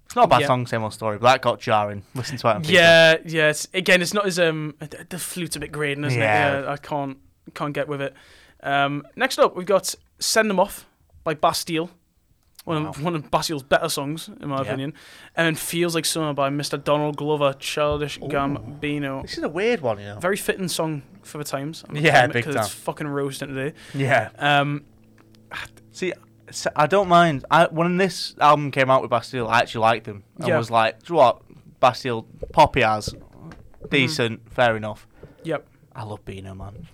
B: It's not a bad
A: Yeah.
B: song, same old story, but that got jarring. Listen to it. On FIFA.
A: Yeah, yeah. It's, again, it's not as um the, the flute's a bit grating, isn't
B: Yeah.
A: it? Yeah, I can't can't get with it. Um, next up, we've got "Send Them Off" by Bastille. One of,
B: Wow.
A: one of Bastille's better songs, in my
B: Yeah.
A: opinion. And then Feels Like Summer by Mr. Donald Glover, Childish Gambino.
B: This is a weird one, you know.
A: Very fitting song for the times. I'm
B: Yeah, big
A: Because it's
B: time.
A: fucking roasting today.
B: Yeah.
A: Um,
B: See, so I don't mind. I, when this album came out with Bastille, I actually liked them. I
A: Yeah.
B: was like, do you know what? Bastille, poppy as,
A: Mm-hmm.
B: decent, fair enough.
A: yep.
B: I love Beano, man.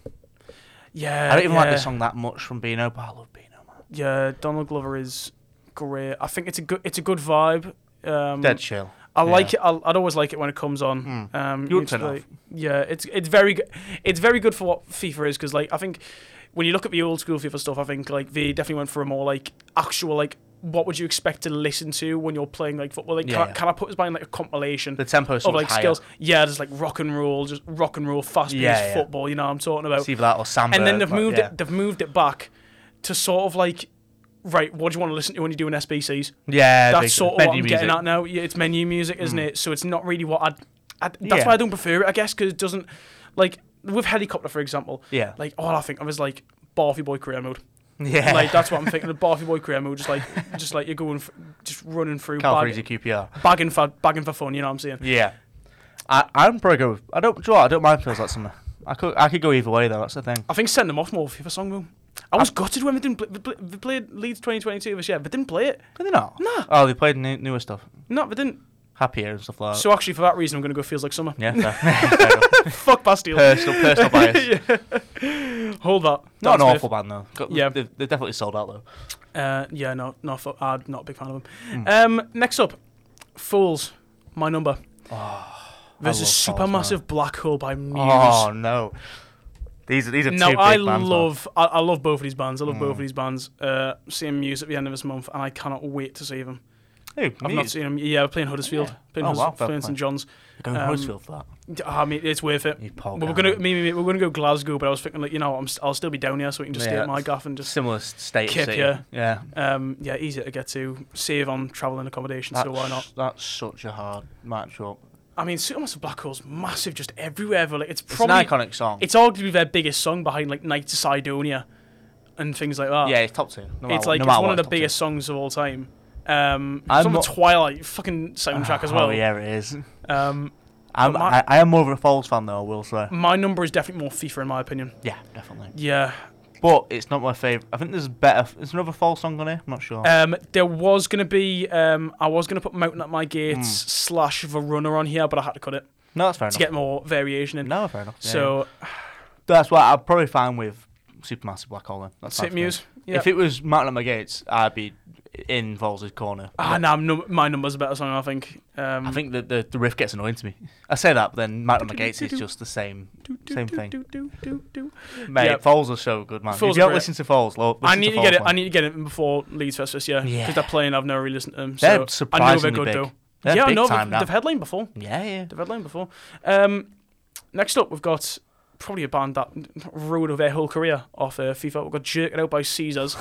A: Yeah.
B: I don't even like
A: yeah.
B: this song that much from Beano, but I love Beano, man.
A: Yeah, Donald Glover is great. I think it's a good it's a good vibe. Um,
B: Dead chill.
A: I
B: Yeah.
A: like it. I'll, I'd always like it when it comes on.
B: Mm.
A: Um,
B: You wouldn't
A: it's
B: turn it
A: like- Yeah, it's it's very good. It's very good for what FIFA is because like I think when you look at the old school FIFA stuff, I think like they definitely went for a more like actual like what would you expect to listen to when you're playing like football? Like can, I,
B: Yeah.
A: can I put this behind like a compilation?
B: The tempo so
A: of like
B: higher.
A: skills, yeah, just like rock and roll, just rock and roll, fast paced
B: Yeah, yeah.
A: football. You know what I'm talking about?
B: It's either that or Samba.
A: and then they've
B: but
A: moved
B: yeah.
A: it. They've moved it back to sort of like, right, what do you want to listen to when you're doing SBCs?
B: Yeah,
A: That's
B: big-
A: sort of what
B: menu
A: I'm
B: music. Hmm.
A: getting at now. Yeah, it's menu music, isn't it? So it's not really what I'd. i that's
B: Yeah.
A: why I don't prefer it, I guess, because it doesn't like with helicopter, for example.
B: Yeah.
A: Like all I think of is like barfy boy career mode.
B: Yeah.
A: Like that's what I'm thinking of barfy boy career mode. Just like just like you're going, f- just running through
B: Calvary's
A: bag,
B: your QPR.
A: bagging for bagging for fun. You know what I'm saying?
B: Yeah. I, I'm probably good with, I don't, do you know what? I don't mind feels like summer. I could, I could go either way though. That's the thing.
A: I think send them off more FIFA song though. I was gutted when they didn't play, they play- they played Leeds 2022 this year, but didn't play it.
B: Did they not?
A: No.
B: Oh, they played new, newer stuff,
A: No, they didn't.
B: happier and stuff like that.
A: So actually, for that reason, I'm going to go feels like summer.
B: Uh, yeah, fair. fair enough.
A: Fuck Bastille.
B: personal, personal bias.
A: Hold that.
B: Not
A: Dan
B: an
A: Smith.
B: awful band though. Got-
A: Yeah.
B: they've, they've definitely sold out though.
A: Uh, yeah, no, no, fu- I'm not a big fan of them.
B: Hmm.
A: Um, next up, Fools, my number. There's a
B: Ah, love Fools,
A: supermassive massive black hole by Muse.
B: Oh no, these are these are
A: now
B: two
A: I
B: big bands. though.
A: love, I, I love both of these bands. I
B: Hmm.
A: love both of these bands. Uh, seeing Muse at the end of this month, and I cannot wait to see them.
B: Who?
A: I've
B: Muse?
A: not seen them. Yeah, we're playing Huddersfield,
B: Yeah.
A: playing,
B: Oh,
A: Huddersfield,
B: wow, fair
A: playing
B: play.
A: St John's.
B: You're going to
A: um,
B: Huddersfield for that.
A: Ah, I mean, it's worth it.
B: You poor
A: But we're
B: guy.
A: gonna, me, me, we're gonna go Glasgow. But I was thinking, like, you know, I'm, st- I'll still be down here, so we can just stay
B: Yeah.
A: at my gaff and just
B: Similar s- state
A: Kip,
B: of city.
A: yeah.
B: yeah.
A: Um, yeah, easier to get to, save on travel and accommodation, so why not?
B: That's such a hard matchup.
A: I mean, Supermassive Black Hole's massive just everywhere, but like, it's
B: It's
A: probably
B: an iconic song.
A: it's arguably their biggest song behind like Night to Sidonia and things like that.
B: yeah, it's top two. No matter
A: uh, it's
B: what-
A: like
B: no
A: it's
B: matter
A: one
B: what,
A: of the
B: top two.
A: biggest songs of all time. Um,
B: I'm
A: it's on the
B: not-
A: Twilight fucking soundtrack as well.
B: Oh yeah, it is.
A: Um,
B: I'm,
A: But my-
B: I, I am more of a Falls fan though. I will say.
A: my number is definitely more FIFA in my opinion.
B: Yeah, definitely.
A: Yeah,
B: but it's not my favorite. I think there's better. There's another fall song on here. I'm not sure.
A: Um, there was going to be, um, I was going to put Mountain at My Gates slash The Runner on here, but I had to cut it
B: no, that's Hmm. fair
A: to
B: enough.
A: get more variation in.
B: no, fair enough. Yeah, yeah.
A: so,
B: that's what I'd probably find with Supermassive Black Hole. Then that's fine
A: Sit
B: for me.
A: Muse. Yeah.
B: If it was Martin at my gates, I'd be in Vols' corner.
A: ah, nah, I'm num- my number's a better song, I think. Um,
B: I think that the, the riff gets annoying to me. I say that, but then Martin at my gates is just the same
A: do, do,
B: same
A: do,
B: thing.
A: do, do, do, do.
B: Mate,
A: Yeah.
B: Falls are so good, man.
A: Falls
B: if
A: are
B: you don't
A: great.
B: listen to Falls, lo- listen
A: I need to
B: Falls,
A: get it.
B: man.
A: I need to get it before Leeds Fest this year because
B: Yeah.
A: they're playing. I've never really listened to them.
B: They're
A: So I know they're
B: surprisingly
A: good
B: big.
A: though.
B: They're
A: yeah, I
B: big
A: know
B: time
A: they've,
B: now.
A: they've headlined before.
B: yeah, yeah.
A: They've headlined before. Um, next up, we've got probably a band that ruled of their whole career off uh, FIFA. We've got Jerked Out by Caesars.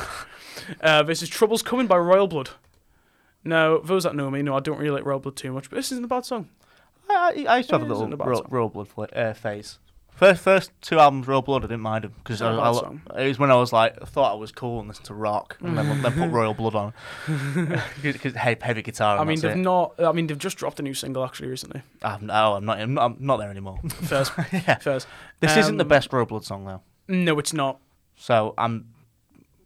A: uh, this is Troubles Coming by Royal Blood. Now, those that know me know I don't really like Royal Blood too much, but this isn't a bad song.
B: I, I I used to have a
A: It
B: little
A: isn't a bad
B: Royal,
A: song.
B: Royal Blood fl- uh, phase. First, first two albums, Royal Blood, I didn't mind them because
A: It's not a
B: I, I,
A: bad
B: lo- it was when I was like, I thought I was cool and listened to rock, and then, then put Royal Blood on because heavy, heavy guitar. And
A: I mean,
B: Oh, that's
A: they've
B: it.
A: not. I mean, they've just dropped a new single actually recently.
B: I'm, oh, I'm not, I'm not, I'm not there anymore.
A: First,
B: yeah,
A: first.
B: this isn't the
A: Um,
B: best Royal Blood song though,
A: No, it's not.
B: so I'm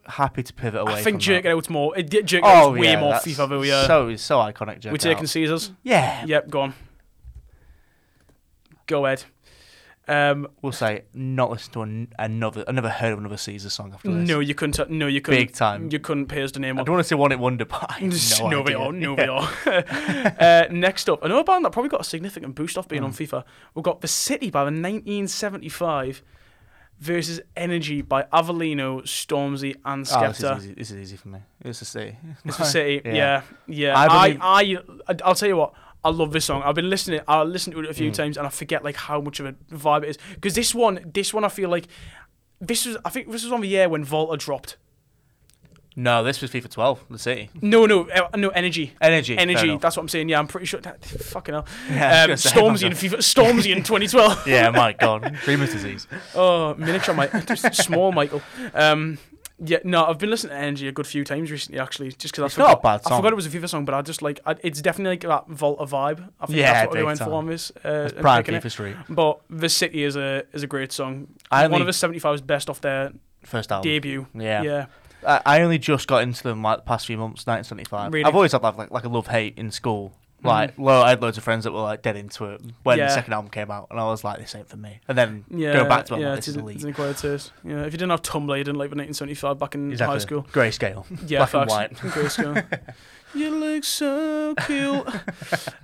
B: happy to pivot away.
A: I think
B: from
A: Jerk It
B: that.
A: Out's more. It, Jerk It
B: Oh,
A: Out's way
B: yeah,
A: more
B: that's
A: FIFA though. Yeah,
B: So it's so iconic. Jerk
A: we're
B: It
A: taking
B: Out.
A: Caesars.
B: yeah,
A: Yep, go on. Go ahead. Um,
B: we'll say not listen to an, another. I never heard of another Caesar song after this.
A: no, you couldn't. No, you couldn't.
B: big time.
A: You couldn't pay us the name.
B: I
A: on.
B: don't want to say one it wonder, but I have no,
A: no, they
B: idea.
A: are. No, they are. uh, next up, another band that probably got a significant boost off being
B: Hmm.
A: on FIFA. We've got The City by the 1975 versus Energy by Avellino, Stormzy, and
B: Oh, this,
A: Skepta.
B: is easy. this is easy for me. It's a city.
A: It's the city.
B: Yeah.
A: Yeah, yeah.
B: I
A: I,
B: believe-
A: I, I, will tell you what. I love this song. I've been listening. I listened to it a
B: Mm.
A: few times, and I forget like how much of a vibe it is. Because this one, this one, I feel like this was. I think this was on the year when Volta dropped.
B: No, this was FIFA 12. The city.
A: No, no, uh, no. Energy.
B: Energy. fair
A: Energy.
B: enough.
A: That's what I'm saying. Yeah, I'm pretty sure. That, fucking hell.
B: Yeah, I
A: um,
B: was gonna
A: Stormzy
B: say,
A: in FIFA, Stormzy in 2012.
B: yeah, my God. Dreamer's disease.
A: Oh, miniature Michael, just small Michael. Um, yeah, no, I've been listening to Energy a good few times recently, actually, just because I
B: It's
A: forgot.
B: not a bad
A: I
B: song.
A: forgot it was a FIFA song, but I just like I, it's definitely like that Volta vibe. I think
B: Yeah,
A: that's what we
B: big
A: went
B: time.
A: for on this. Uh, and
B: Prime
A: picking it.
B: FIFA Street.
A: But the city is a is a great song.
B: I
A: One of
B: only-
A: the 75's best off their
B: First album.
A: debut.
B: Yeah.
A: yeah.
B: I, I only just got into them like the past few months, 1975.
A: Really? Mm-hmm.
B: I've always had like, like, like a love hate in school. Like, lo- I had loads of friends that were like dead into it when the
A: Yeah.
B: second album came out, and I was like, this ain't for me. And then
A: Yeah,
B: go back to it, I'm
A: yeah,
B: like,
A: it's,
B: this is
A: an- it's
B: elite.
A: an acquired taste. Yeah, if you didn't have Tumblr, you didn't like the 1975 back in high school.
B: Grayscale.
A: Yeah,
B: Black and
A: facts.
B: white.
A: Grayscale. you look so cool.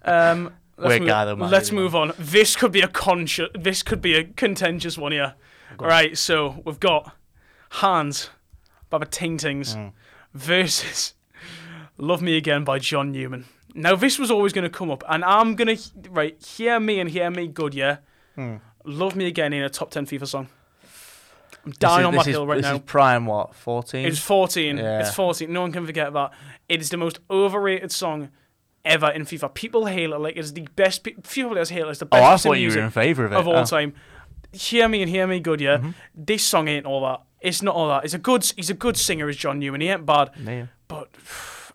A: Um, let's
B: Weird
A: move,
B: guy though, Matt,
A: Let's
B: really,
A: move on. This could be a conscious. This could be a contentious one here.
B: Go on.
A: Right, so we've got Hans by the
B: Mm.
A: Taintings versus Love Me Again by John Newman. Now this was always going to come up, and I'm gonna right hear me and hear me good. Yeah,
B: Hmm.
A: Love Me Again in a top ten FIFA song. I'm
B: This
A: dying
B: is-
A: on my
B: this
A: hill
B: is,
A: right
B: this
A: now.
B: is prime what 14
A: It's 14.
B: Yeah.
A: It's 14. No one can forget that. It is the most overrated song ever in FIFA. People hail it like it's the best. pe- Few players hail it. It's the
B: oh
A: best
B: i
A: piece of
B: thought you
A: music
B: were in favor of it
A: of all
B: Oh.
A: time. Hear me and hear me good,
B: Mm-hmm.
A: yeah. This song ain't all that. It's not all that. He's a good. He's a good singer, is John Newman. He ain't bad,
B: Yeah.
A: but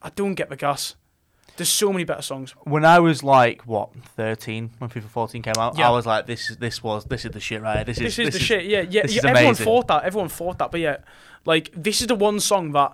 A: I don't get the gas. There's so many better songs.
B: when i was like what 13 when fifa 14 came out
A: Yeah.
B: i was like this is this was this is the shit right here. this is
A: This is the shit. Yeah, yeah.
B: this
A: yeah,
B: is
A: everyone
B: amazing.
A: thought that. Everyone thought that. But yeah, like this is the one song that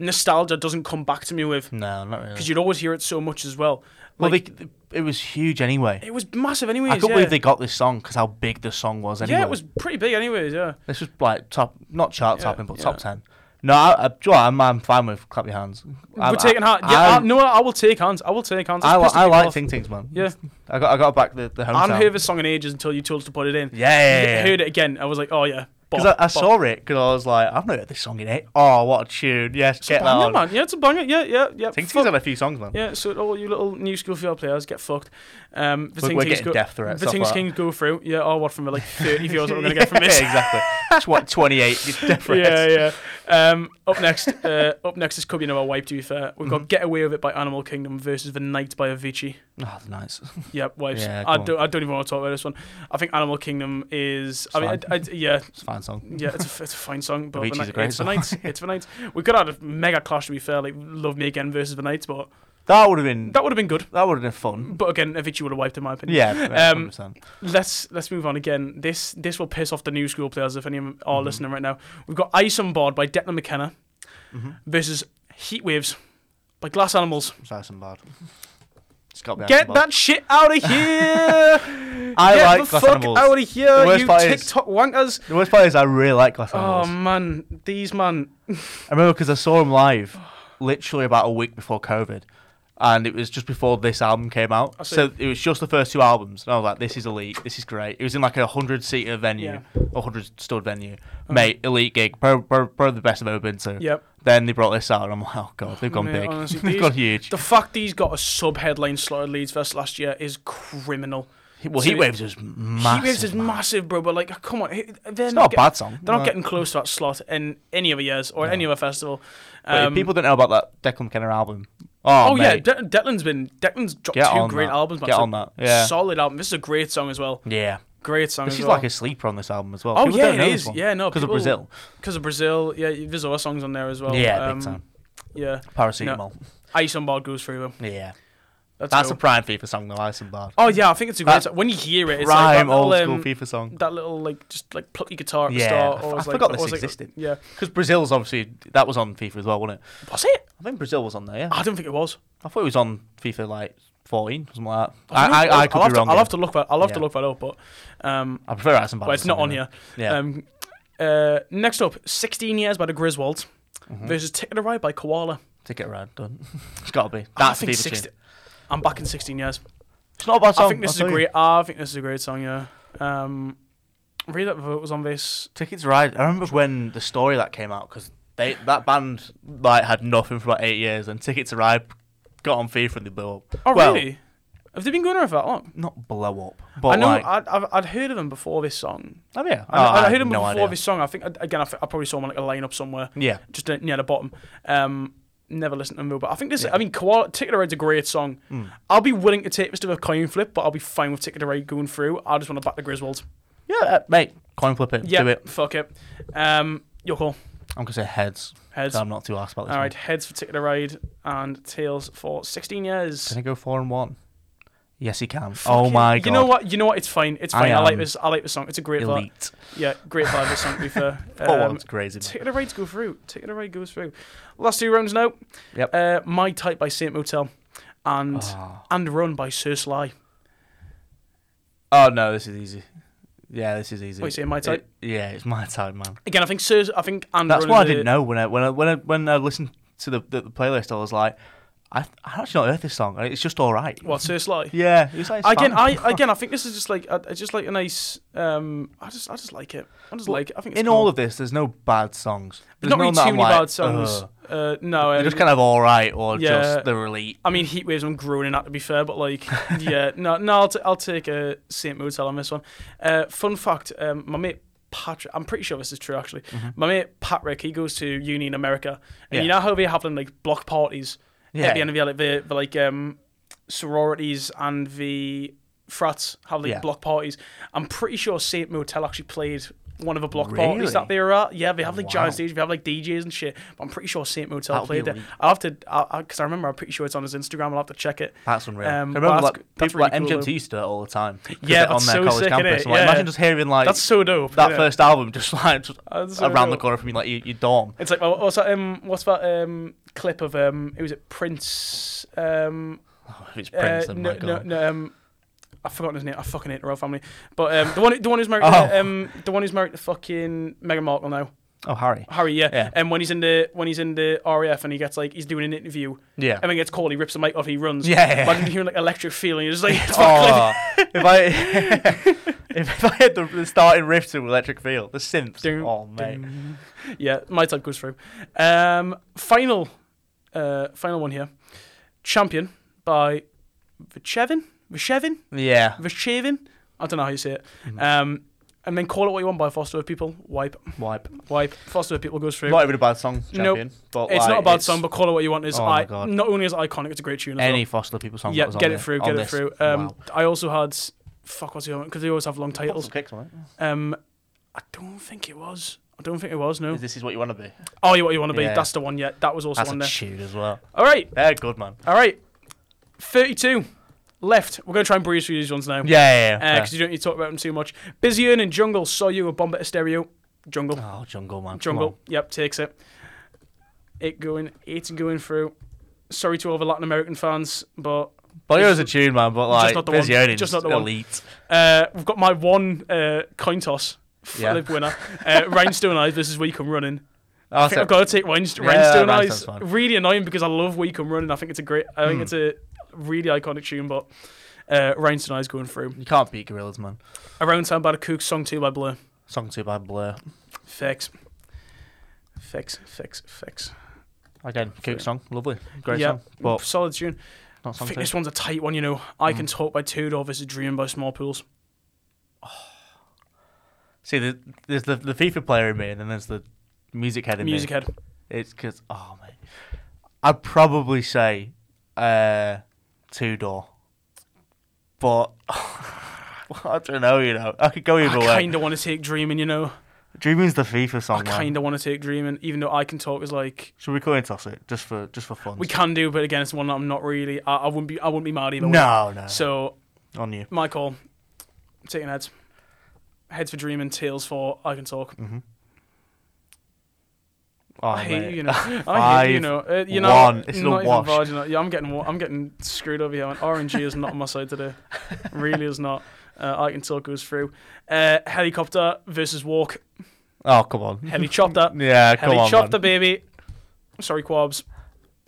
A: nostalgia doesn't come back to me with
B: no not really
A: because you'd always hear it so much as well.
B: well
A: Like,
B: they, it was huge anyway
A: It was massive, anyways.
B: i couldn't
A: yeah.
B: believe they got this song because how big the song was anyway
A: Yeah, it was pretty big, anyways. Yeah.
B: this was like top not chart
A: Yeah,
B: topping but
A: yeah.
B: top 10 no, I, I, do you know what, I'm, I'm fine with clap your hands. I'm,
A: We're taking hands. Yeah, I, no, I will take hands. I will take hands. It's
B: I, I,
A: pissed
B: I
A: people
B: like
A: off.
B: Ting Tings, man.
A: Yeah.
B: I got I got back the the
A: I
B: hometown.
A: hadn't heard this song in ages until you told us to put it in.
B: yeah, yeah, yeah, yeah.
A: I heard it again. I was like, oh yeah.
B: Because I, I saw it, because I was like, I've not heard this song in it. Oh, what a tune. Yes,
A: It's a
B: get that
A: banger,
B: on.
A: man. Yeah, it's a banger. Yeah, yeah, yeah.
B: Ting Ting's
A: Fuck.
B: had a few songs, man.
A: Yeah, so all you little new school VR players get fucked. Um, the
B: We're-
A: Ting
B: we're
A: Tings
B: getting
A: go,
B: death threats,
A: The
B: stuff
A: Tings
B: like that.
A: Kings go through. Yeah, oh, what from the like 30 viewers that we're going to get from this?
B: Yeah, exactly. That's what, 28 is different.
A: Yeah, yeah. Um, up next, uh, up next is Cubby Never Wipe, to be fair. We've
B: Mm-hmm.
A: got Get Away With It by Animal Kingdom versus The Night by Avicii.
B: Oh, that's nice.
A: Yep, wipes.
B: Yeah,
A: I
B: go
A: don't. I don't even want to talk about this one. I think Animal Kingdom is. I mean,
B: Fine.
A: I, I- yeah,
B: It's a fine song.
A: yeah. It's a, it's a fine song, but the
B: Avicii's
A: Ni-
B: a great
A: it's
B: song.
A: the Knights. It's the Knights. We could have had a mega clash to be fair, like Love Me Again versus the Knights, but
B: That would have been
A: That would have been good.
B: that would have been fun.
A: But again, Avicii would have wiped, in my opinion.
B: Yeah, yeah,
A: Um,
B: 100%.
A: Let's let's move on again. This this will piss off the new school players if any of them
B: Mm-hmm.
A: are listening right now. We've got Ice on Board by Declan McKenna versus Heat Waves by Glass Animals.
B: Mm-hmm. It's nice and bad. It's got to be
A: Get
B: Iceland.
A: that shit out of here!
B: I
A: Get
B: like
A: the
B: Glass
A: fuck
B: Animals.
A: out of here,
B: worst
A: you
B: part is-
A: TikTok wankers!
B: The worst part is I really like Glass
A: Oh
B: Animals.
A: man, these man.
B: I remember because I saw him live literally about a week before COVID. And it was just before this album came out.
A: see.
B: So it was just the first two albums. And I was like, this is elite. This is great. It was in like a 100 seater venue,
A: Yeah. Uh-huh.
B: a 100 stud venue. Mate, elite gig. Probably, probably the best I've ever been to.
A: Yep.
B: Then they brought this out. And I'm like, oh, God, they've gone
A: Mate,
B: big.
A: honestly,
B: they've
A: these-
B: gone huge.
A: The fact he's got a sub headline slotted Leeds versus last year is criminal.
B: well,
A: so-
B: Heat Waves is massive.
A: Heat Waves is
B: man.
A: massive, bro. But like, come on, he- they're
B: It's
A: not,
B: not a
A: get-
B: bad song.
A: They're not
B: No.
A: getting close to that slot in any other years or any other festival.
B: But if
A: Um,
B: people don't know about that Declan McKenna album. Oh,
A: oh
B: mate.
A: yeah, De- Declan's been Declan's dropped
B: Get
A: two
B: on
A: great
B: that.
A: albums. man.
B: Get
A: It's a
B: on that, yeah.
A: solid album. This is a great song as well.
B: Yeah.
A: Great song.
B: This
A: as
B: is
A: well.
B: like a sleeper on this album as well.
A: Oh
B: People
A: yeah,
B: don't know
A: it
B: this
A: is.
B: one
A: Yeah, no,
B: because of Brazil.
A: Because of Brazil, yeah. There's other songs on there as well.
B: yeah,
A: Um,
B: big time.
A: Yeah,
B: Paracetamol.
A: Ice on Board goes through them.
B: Yeah,
A: That's,
B: that's
A: cool.
B: a prime FIFA song, though. Ice and Bard.
A: Oh yeah, I think it's a great
B: That
A: song. When you hear it, it's like
B: prime
A: that
B: old
A: little,
B: school
A: um,
B: FIFA song.
A: that little like just like plucky guitar at the
B: Yeah,
A: start.
B: I
A: or
B: f-
A: was
B: I
A: like-
B: forgot
A: or
B: this
A: was like-
B: existed.
A: Yeah,
B: Because Brazil's obviously that was on FIFA as well, wasn't it?
A: was it?
B: I think Brazil was on there. Yeah,
A: I don't think it was.
B: I thought it was on FIFA like 14, something like that.
A: don't
B: I,
A: know.
B: I, I
A: I'll
B: could
A: have
B: be
A: to-
B: wrong.
A: I'll
B: here.
A: have to look that. I'll have to
B: Yeah.
A: look that up, but um,
B: I prefer Ice and Bard.
A: but it's not on here.
B: Yeah,
A: Um, uh, next up, 16 Years by the Griswolds
B: Mm-hmm.
A: versus Ticket to Ride by Koala.
B: ticket around done. it's got to be.
A: I
B: That's
A: think
B: FIFA
A: 16
B: 16.
A: I'm back in 16 Years.
B: It's not a bad song.
A: I think this is a great. I think this is a great song. Yeah. Um, read that vote was on this.
B: Tickets Ride. I remember when the story that came out because they that band like had nothing for about eight years, and Tickets to Ride got on FIFA and they blew up.
A: Oh
B: Well,
A: really? Have they been going around for that long?
B: Not blow up, but
A: I know.
B: like,
A: I'd, I've, I'd heard of them before this song.
B: oh yeah,
A: I, know-
B: Oh,
A: I'd
B: had
A: heard them
B: no
A: before
B: idea.
A: this song. I think again. I, think I probably saw them on like a lineup somewhere.
B: Yeah,
A: just uh, near the bottom. Um, never listened to them, but I think this. I mean, Koala, Ticket to Ride's a great song.
B: Hmm.
A: I'll be willing to take this to a coin flip, but I'll be fine with Ticket to Ride going through. I just want to back the Griswolds.
B: yeah, uh, mate. Coin flip it.
A: Yeah,
B: Do it.
A: fuck it. Um, your call.
B: I'm gonna say heads.
A: Heads.
B: 'cause I'm not too asked about this.
A: All
B: one.
A: right, heads for Ticket to Ride and tails for 16 years.
B: Can I go four and one? Yes, he can. oh
A: Fucking-
B: my god.
A: You know what? You know what? It's fine. It's
B: I
A: fine. I, like
B: am
A: this. I like this song. It's a great vibe.
B: Elite.
A: Yeah, great vibe. This song. To be fair.
B: oh,
A: Um,
B: that's crazy. man.
A: Ticket to Ride go through. Ticket to Ride goes through. Last two rounds now.
B: Yep.
A: Uh, My Type by Saint Motel, and
B: Oh.
A: and Run by Sir Sly.
B: Oh, no, this is easy. Yeah, this is easy.
A: What, you saying my
B: It-
A: type?
B: yeah, it's my type, man.
A: Again, I think Sir. I think and
B: That's
A: Run
B: what I
A: is a-
B: didn't know when I when I when I, when I listened to the, the, the playlist. I was like, I I actually not heard this song. It's just all right.
A: What Sir Sly?
B: Yeah, it's like it's
A: Again,
B: fine.
A: I again, I think this is just like I, I just like a nice. Um, I just I just like it. I just like it. I think it's
B: in
A: cool.
B: all of this, there's no bad songs.
A: There's
B: There's
A: not
B: none
A: really
B: that
A: too
B: I'm
A: many
B: like,
A: bad songs.
B: "Ugh."
A: Uh, no,
B: They're
A: um,
B: just kind of all right, or
A: Yeah.
B: just the elite.
A: I mean, heat waves. I'm groaning at to be fair, but like, yeah, no, no. I'll, t- I'll take a Saint Motel on this one. Uh, fun fact: um, my mate Patrick. I'm pretty sure this is true actually. My mate Patrick, he goes to uni in America, and you
B: Mm-hmm. Yeah.
A: know how they have them like block parties at
B: Yeah.
A: the end of the year, like the, the like um, sororities and the frats have like
B: Yeah.
A: block parties. I'm pretty sure Saint Motel actually played. One of the block parties
B: Really?
A: that they were at, yeah, they have like
B: Wow.
A: giant stages, they have like DJs and shit. But I'm pretty sure Saint Motel
B: That'll be
A: played there.
B: elite.
A: I'll have to, because I, 'cause I remember I'm pretty sure it's on his Instagram. I'll have to check it.
B: That's unreal.
A: Um,
B: I
A: but
B: remember
A: that's
B: like
A: g- that's
B: people like
A: really cool,
B: MGMT
A: though.
B: used to do it all the time. Put
A: Yeah,
B: it on
A: that's
B: their
A: so
B: college
A: sick, innit?
B: campus. I'm like,
A: Yeah.
B: Imagine just hearing like
A: That's so dope.
B: that
A: innit?
B: first album just like just
A: That's so
B: around the
A: dope.
B: corner from you, like your, your dorm.
A: It's like well, what's that? Um, what's that um, clip of um, who was it? Prince. Um,
B: Oh, if it's
A: uh,
B: Prince, then
A: no,
B: my
A: no,
B: God.
A: no, um, I've forgotten his name. I fucking hate the royal family. But um, the one, the one who's married, to,
B: Oh.
A: um, the one who's married to fucking Meghan Markle now,
B: Oh, Harry.
A: Harry. Yeah.
B: Yeah.
A: And when he's in the when he's in the RAF and he gets like he's doing an interview.
B: Yeah.
A: And then gets called. He rips the mic off. He runs.
B: Yeah, yeah.
A: Imagine hearing like electric feeling. It's like it's
B: Oh, if I if, if I had the, the starting riff to Electric Field, the synths.
A: Doom,
B: oh mate,
A: Yeah, my type goes through. Um, final, uh, final one here. Champion by Vichevin, Vichevin,
B: yeah.
A: Vichevin. I don't know how you say it.
B: Mm-hmm.
A: Um, and then call it what you want by Foster with People. Wipe,
B: Wipe.
A: wipe. Foster with People goes through.
B: Not even a bad song,
A: Nope.
B: champion. But
A: it's
B: like,
A: not a bad
B: it's
A: song, but call it what you want is
B: Oh my
A: I,
B: God.
A: not only is it iconic, it's a great tune. As
B: any
A: well.
B: Foster People song. that
A: yeah,
B: was
A: get
B: on
A: it
B: thi-
A: through,
B: on
A: get it
B: this.
A: through. Um,
B: wow.
A: I also had fuck what's the other because they always have long titles.
B: Some kicks on it.
A: Um, I don't think it was. I don't think it was. No.
B: Is This is what you want to be.
A: Oh, you what you want to be?
B: Yeah.
A: That's the one. Yeah, that was also
B: That's
A: on
B: a
A: there.
B: tune as well.
A: All right.
B: They're good, man.
A: All right, 32 left. We're going to try and breeze through these ones now.
B: Yeah, yeah, yeah.
A: Because you don't need to talk about them too much. Busy Earn and Jungle saw you a bomber stereo. Jungle.
B: oh, jungle man. come
A: Jungle.
B: on.
A: Yep, takes it. It going, it's going through. Sorry to all the Latin American fans, but
B: Boyo's a tune, man, but like,
A: Just not the one.
B: Bizioni's
A: Just not the one.
B: elite.
A: uh, we've got my one uh, coin toss flip
B: Yeah.
A: winner. Uh, Rhinestone Eyes versus We Come Running.
B: Oh,
A: I think
B: so-
A: I've got to take Rhinest-
B: Yeah,
A: Rhinestone
B: Rhinestone's
A: Eyes.
B: fine. Hmm.
A: Really annoying because I love We Come Running. I think it's a great, I think it's a really iconic tune, but uh, Rhinestone Eyes going through.
B: you can't beat Gorillaz, man.
A: Around Town by the Kooks, Song 2 by Blur.
B: Song two by Blur.
A: Fix. Fix, fix, fix.
B: Again,
A: Fair.
B: Cook song, lovely, great
A: Yeah.
B: song, but
A: Solid tune.
B: not
A: I think
B: song two. Hmm.
A: this one's a tight one, you know. I Can Talk by Tudor versus Dream by Small Pools.
B: See, the, there's the the FIFA player in me, and then there's the music head in me.
A: Music head.
B: It's because oh mate, I'd probably say uh, two door, but I don't know. You know, I could go either
A: I
B: way.
A: kind of want to take Dreaming, you know.
B: Dreaming's the FIFA song.
A: I kind of want to take Dreaming, even though I Can Talk is like.
B: Should we coin toss it just for just for fun?
A: We can do, but again, it's one that I'm not really. I, I wouldn't be. I wouldn't be mad either. way.
B: No, no.
A: So
B: on you.
A: my call. I'm taking heads. Heads for Dreaming, tails for I Can Talk.
B: Oh,
A: I hate
B: mate.
A: you, you know. I hate you, you
B: Five,
A: know. Uh, you know,
B: one. It's
A: not
B: a
A: even
B: wash.
A: Virgin, Yeah, I'm getting, wa- I'm getting screwed over here. And RNG is not on my side today. Really is not. Uh, I can talk goes through. Uh, helicopter versus walk.
B: Oh come on.
A: Helicopter.
B: Yeah, come on.
A: helicopter,
B: man.
A: baby. Sorry, Quabs.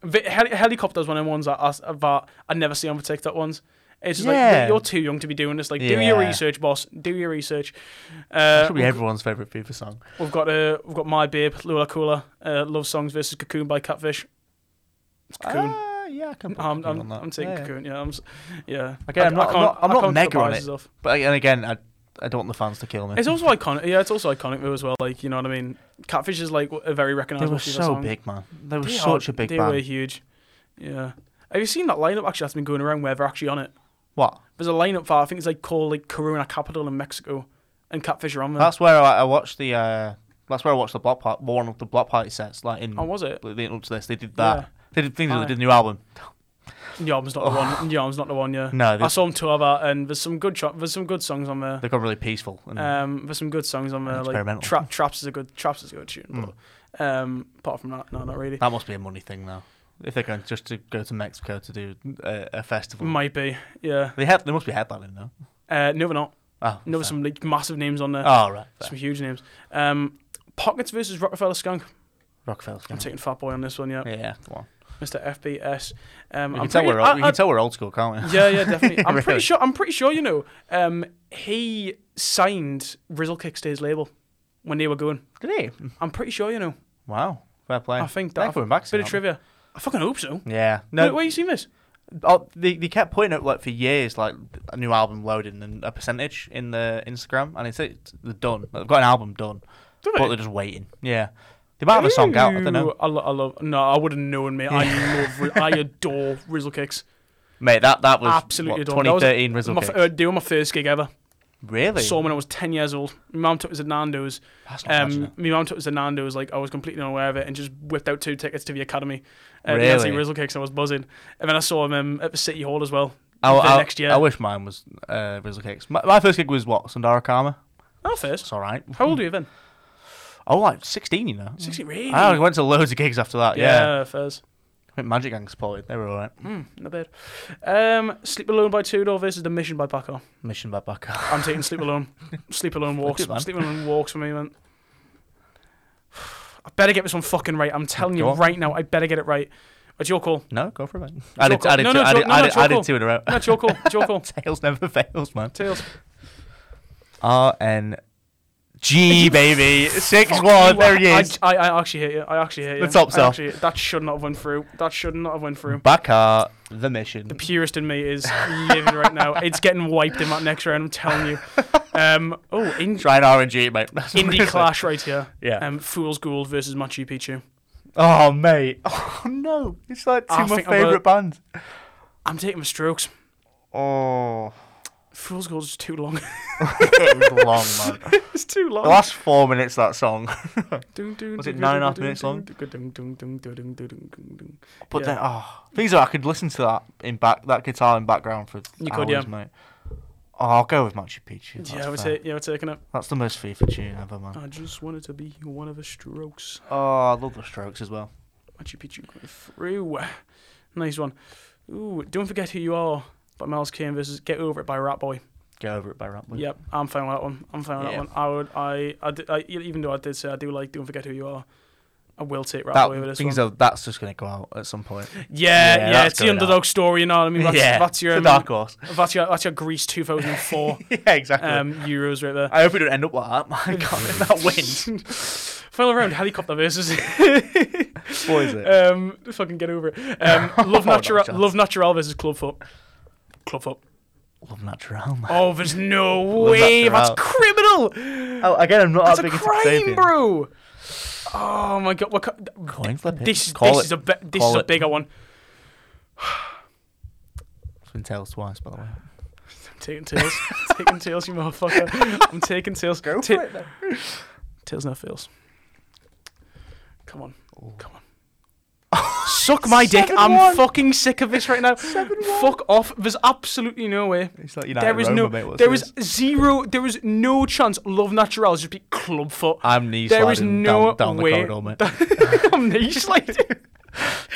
A: Vi- heli- helicopters one of the ones that I, that I never see on the TikTok ones. It's just
B: Yeah.
A: like you're too young to be doing this. Like, do your
B: Yeah.
A: research, boss. Do your research.
B: That
A: Uh,
B: should be everyone's favorite FIFA song.
A: We've got uh, we've got my babe Lula Coola, uh, love songs versus Cocoon by Catfish. It's Cocoon.
B: Ah, yeah, I can. put
A: I'm,
B: Cocoon
A: I'm,
B: on that.
A: I'm taking
B: Yeah.
A: Cocoon. Yeah, I'm, s- yeah.
B: Again, I'm not- I'm not- I'm
A: I
B: not
A: can't
B: mega on
A: compromise
B: it.
A: myself.
B: But again, again, I, I don't want the fans to kill me.
A: It's also iconic. Yeah, it's also iconic though as well. Like you know what I mean. Catfish is like a very
B: they
A: recognizable.
B: were
A: FIFA
B: so
A: song.
B: big, man. They were
A: They
B: such
A: are-
B: a big
A: They
B: band.
A: were huge. Yeah. Have you seen that lineup actually that's been going around where they're actually on it?
B: What?
A: There's a lineup for I think it's like called like Corona Capital in Mexico, and Catfish are on there.
B: That's where I, I watched the. Uh, that's where I watched the block part, one of the block party sets, like in
A: oh, was it?
B: leading up to this. They did that.
A: Yeah.
B: They did things.
A: Aye.
B: They did a new album.
A: Yarm's not the
B: Oh.
A: one. Yarm's not the one. Yeah.
B: No,
A: I
B: they,
A: saw him tour that, and there's some good cho- there's some good songs on there.
B: they got really peaceful. And
A: Um, there's some good songs on there. Like
B: Experimental. Hmm.
A: Tra- Traps is a good Traps is a good tune. But, um, apart from that, no, not really.
B: that must be a money thing now. If they're going just to go to Mexico to do uh, a festival,
A: Might be. Yeah.
B: they have. They must be headlining though.
A: Uh, no, we're not.
B: Oh,
A: No,
B: fair.
A: there's some like, massive names on there.
B: Oh right, fair.
A: some huge names. Um, Pockets versus Rockefeller Skunk.
B: Rockefeller's
A: I'm
B: gonna-
A: taking Fat Boy on this one. Yeah.
B: Yeah, come on.
A: Mr. FBS. Um,
B: We
A: I'm
B: can, tell
A: pretty-
B: we're old,
A: I-
B: we
A: I-
B: can tell we're old school, can't we?
A: yeah, yeah, definitely. I'm pretty
B: Really?
A: sure. I'm pretty sure. You know, um, he signed Rizzle Kicks to his label when they were going.
B: Did he?
A: I'm pretty sure. You know,
B: Wow, fair play.
A: I think
B: They're
A: that.
B: coming back
A: bit
B: soon,
A: of trivia. I fucking hope so.
B: aren't they? Yeah,
A: No,
B: no,
A: where, where you seen this?
B: Oh, they, they kept putting up like for years like a new album loading and a percentage in the Instagram, and it's, it's they're done. They've got an album done,
A: Do
B: but
A: it.
B: they're just waiting. Yeah, they might have a song out. I don't
A: Ooh,
B: know,
A: I, lo- I love. No, I wouldn't know in me. I love. Ri- I adore Rizzle Kicks.
B: mate. That that was
A: Absolutely
B: what,
A: adore 'em. That was
B: 2013 Rizzle
A: My, f-
B: Kicks.
A: uh, they were my first gig ever.
B: really?
A: Saw 'em when I was ten years old. My mum took us to Nando's.
B: That's not bad, isn't
A: Um,
B: it?
A: my mum took us to Nando's. Like I was completely unaware of it, and just whipped out two tickets to the Academy. Uh, to go see
B: Really?
A: Rizzle Kicks, and I was buzzing. And then I saw him um, at the City Hall as well.
B: I,
A: the
B: Oh, I-
A: next year.
B: I wish mine was uh, Rizzle Kicks. My, my first gig was what Sundara Karma.
A: Oh, first.
B: It's all right.
A: How old are you then?
B: Oh, like 16, you know.
A: Sixteen. Really?
B: Hmm. I went to loads of gigs after that. Yeah,
A: yeah, first.
B: I think Magic Gang supported. They were all right.
A: Mm, not bad. Um, Sleep Alone by Tudor versus The Mission by Paco.
B: Mission by Backer.
A: I'm taking Sleep Alone. Sleep Alone walks.
B: Good man.
A: Sleep Alone walks for me, man. I better get this one fucking right. I'm telling you
B: Go on.
A: right now, I better get it right. It's your call.
B: No, go for it, man. I did,
A: Joker.
B: I did,
A: No,
B: two,
A: no,
B: I
A: Jo-
B: did,
A: no,
B: I
A: no,
B: did, I
A: Joker.
B: did two in a row.
A: No, it's your call. It's your call.
B: Tails never fails, man.
A: Tails.
B: R N G baby six
A: Fuck
B: one.
A: you.
B: There he
A: I-
B: is.
A: I, I actually hit you. I actually hit you.
B: The top
A: I
B: cell.
A: actually- That should not have went through. That should not have went through.
B: Baka the mission.
A: The purist in me is livid right now. It's getting wiped in that next round. I'm telling you. Um. Oh, in-
B: Try an R N G, mate. That's what I'm
A: indie
B: gonna
A: clash right here.
B: say. Yeah.
A: Um. Fool's Gould versus Machu Picchu.
B: oh mate. Oh no. It's like two
A: I
B: of my
A: think I'm a-
B: favorite bands.
A: I'm taking the Strokes.
B: Oh.
A: Fool's Gold is too long.
B: it was long, man.
A: it's too long.
B: The last four minutes of that song.
A: Dun, dun,
B: Was it
A: dun,
B: nine and a
A: dun,
B: half
A: dun,
B: minutes
A: dun,
B: long?
A: dun, dun, dun, dun, dun, dun, dun, dun, dun.
B: But
A: Yeah.
B: then, oh, things are I could listen to that in back that guitar in background for
A: You
B: hours,
A: could, yeah.
B: mate. Oh, I'll go with Machu Picchu. That's, Oh.
A: Yeah, we're,
B: fair.
A: ta- yeah, we're taking it.
B: That's the most FIFA tune ever, man.
A: I just wanted to be one of the strokes.
B: Oh, I love the Strokes as well.
A: Machu Picchu going through. Nice one. Ooh, don't forget who you are by Miles Kane versus Get Over It by Ratboy.
B: Get over it by Rattler.
A: Yep, I'm fine with that one. I'm fine with
B: Yeah.
A: that one. I would, I, I, did, I, e, even though I did say I do like Don't Forget Who You Are, I will take Ratboy over
B: That
A: this
B: things
A: one.
B: are, that's just gonna go out at some point.
A: yeah,
B: Yeah,
A: yeah,
B: that's
A: it's the
B: going out.
A: underdog story, you know what I mean? That's,
B: yeah,
A: that's your,
B: it's a
A: um,
B: dark horse.
A: that's your, that's your Greece 2004
B: yeah, exactly.
A: um, Euros right there.
B: I hope we don't end up like that. My God, if that wins.
A: Final round helicopter versus
B: What is it?
A: um fucking get over it. Um, love
B: No
A: natural,
B: chance.
A: love natural versus clubfoot. Clubfoot.
B: Love Natural, man.
A: Oh, there's no way. That's
B: Natural.
A: criminal.
B: Oh, again, I'm not
A: That's
B: that
A: a
B: big into
A: crime,
B: Xavier.
A: bro. Oh my god, what co-
B: Coin flip it.
A: this is
B: Call
A: this
B: it.
A: is a be- this
B: Call
A: is a
B: it.
A: bigger one.
B: It's been tails twice, by the way.
A: I'm taking tails, taking tails, you motherfucker. I'm taking tails.
B: Go
A: Ta-
B: for it. Then.
A: Tails no fails. Come on. Come on. Suck my dick. I'm
B: 7-1.
A: fucking sick of this right now.
B: 7-1.
A: Fuck off. There's absolutely no way.
B: It's like United
A: There is
B: Roma,
A: no
B: mate. What's
A: there is
B: this?
A: zero there is no chance Love Natural just be club foot.
B: I'm knee
A: There is
B: Ah, sliding
A: no
B: down, down the
A: way.
B: corridor, mate.
A: I'm knee sliding.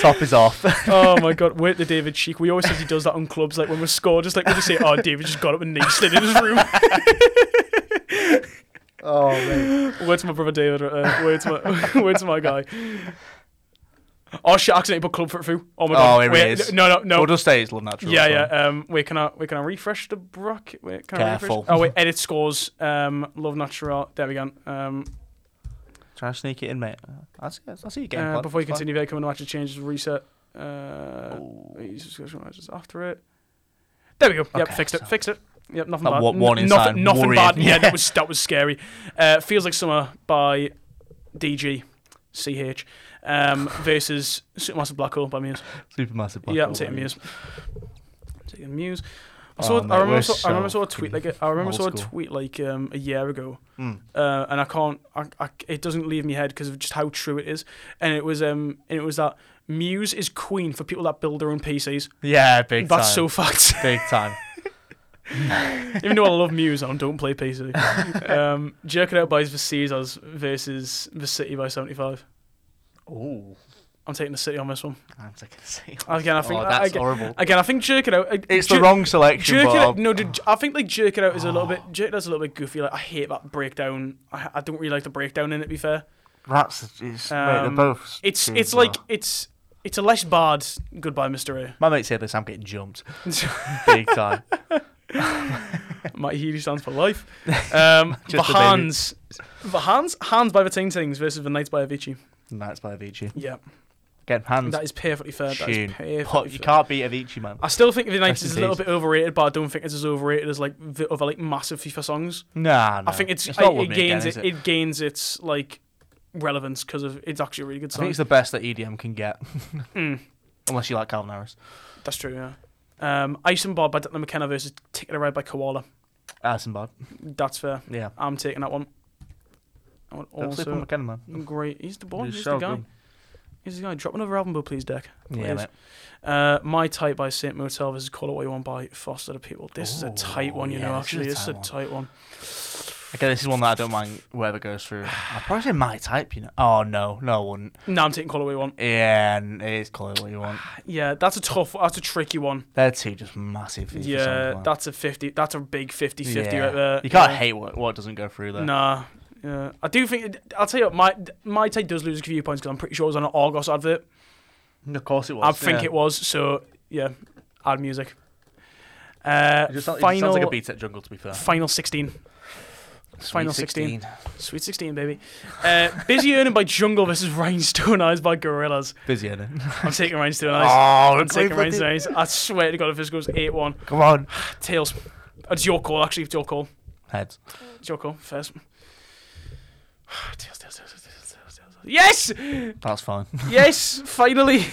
B: Top is off.
A: oh my god, wait the David Cheek. We always said he does that on clubs, like when we score, just like we just say, Oh David just got up and knee slid in his room.
B: oh man.
A: Word to my brother David. Uh, word to my word to my guy. Oh shit! I accidentally put club foot through. Oh my god!
B: Oh, here it
A: wait,
B: is.
A: No, no, no.
B: We'll just say it's love natural.
A: yeah,
B: it's
A: yeah.
B: fine.
A: Um, wait, can I wait? Can I refresh the bracket? Wait, can I
B: Careful.
A: refresh? Oh wait, edit scores. Um, love natural. There we go. Um,
B: Try to sneak it in, mate. I see. I see you
A: uh,
B: getting. plugged,
A: before you
B: it's fine.
A: continue, there coming to match changes reset. Uh, wait, subscription matches after it. There we go. Yep,
B: Okay,
A: fixed
B: so-
A: it. Fixed it. Yep, nothing
B: That
A: bad.
B: one- one
A: N-
B: inside,
A: nothing, nothing
B: worrying.
A: bad. Yeah,
B: Yeah.
A: that was that was scary. Uh, Feels like summer by DG CH um, versus Supermassive Black Hole by Muse.
B: Supermassive. black
A: yeah, I'm
B: hole,
A: taking
B: mate.
A: Muse. I'm taking Muse. I
B: Oh,
A: saw.
B: mate,
A: I remember.
B: we're
A: I saw, I remember
B: so
A: saw a tweet like
B: fucking
A: a, I remember
B: old
A: saw a
B: school.
A: tweet like um, a year ago,
B: Mm.
A: uh, and I can't. I, I, it doesn't leave my head because of just how true it is. And it was um and it was that Muse is queen for people that build their own PCs.
B: Yeah, big
A: That's
B: time.
A: so fact.
B: big time.
A: Even though I love Muse and I don't play PC. Um, Jerk It Out by the Caesars versus the City by 75.
B: Ooh,
A: I'm taking the City on this one.
B: I'm taking a seal.
A: Again, I think
B: oh, that's
A: again,
B: horrible.
A: again, I think Jerk It Out. uh,
B: It's
A: Jer-
B: the wrong selection,
A: Jerk it
B: Bob.
A: out, no, dude, I think like jerk it out is a little bit jerk it out's a little bit goofy. Like I hate that breakdown. I, I don't really like the breakdown in it. To be fair,
B: That's it's, mate, they're
A: Um,
B: both.
A: it's
B: cheers,
A: it's like
B: though.
A: it's it's a less bad goodbye, Mister A.
B: my mate said this. I'm getting jumped, big time.
A: Mighty Healy stands for life. Um,
B: Just
A: the
B: a baby.
A: hands, the hands, hands by the Ting Tings versus the Knights by Avicii.
B: And that's by Avicii.
A: Yeah,
B: Getting hands.
A: that is perfectly fair. That
B: tune.
A: is perfectly
B: What, you
A: fair.
B: can't beat Avicii, man.
A: I still think the Knights
B: Rest in
A: is a little
B: peace.
A: bit overrated, but I don't think it's as overrated as like the other like massive FIFA songs.
B: Nah, no.
A: I think it's,
B: not
A: it,
B: with
A: it
B: me
A: gains it,
B: again, is
A: it gains its like relevance because of it's actually a really good
B: I
A: song.
B: think it's the best that EDM can get,
A: Mm,
B: unless you like Calvin Harris.
A: that's true. Yeah. Um, Ice and Bob by Declan McKenna versus Ticket to Ride by Koala.
B: Addison Bod.
A: That's fair.
B: Yeah.
A: I'm taking that one. I would
B: Don't sleep on
A: also
B: McKenna, man.
A: great. He's the boy.
B: He's
A: He's,
B: so
A: the guy.
B: good.
A: He's the guy. Drop another album, but please, Deck.
B: Yeah,
A: Please.
B: mate.
A: Uh, My Type by Saint Motel versus Call It What You Want by Foster the People. This is a tight
B: Ooh,
A: one, you
B: yeah,
A: know.
B: this is a
A: Actually, it's a
B: tight
A: tight one.
B: Okay, this is one that I don't mind whoever goes through. I probably say my type, you know. Oh no, no, I wouldn't.
A: No, I'm taking Call It What You Want.
B: Yeah, and it's call it what you want.
A: Yeah, that's a tough. That's a tricky one.
B: They're two just massive. FIFA
A: yeah,
B: songs, man.
A: that's a fifty. That's a big 50-50
B: Yeah.
A: right there.
B: You can't
A: Yeah.
B: hate what what doesn't go through there.
A: Nah. Yeah. I do think it- I'll tell you what, my my take does lose a few points because I'm pretty sure it was on an Argos advert.
B: of course it was.
A: I think it was. So yeah, add music. Uh,
B: It just, sounds- it just
A: final
B: sounds like a beat at jungle, to be fair.
A: final sixteen, final
B: Sweet
A: 16. sweet sixteen, baby. Uh, Busy earning by Jungle versus Rhinestone Eyes by Gorillas.
B: Busy, isn't it?
A: I'm taking Rhinestone Eyes.
B: Oh,
A: I'm taking Rhinestone Eyes. I swear to God, if this goes eight one,
B: Come on.
A: tails. uh, It's your call, actually. It's your call.
B: Heads.
A: It's your call. First. Tails, tails, tails, tails, tails, tails. Yes.
B: That's fine.
A: Yes, finally.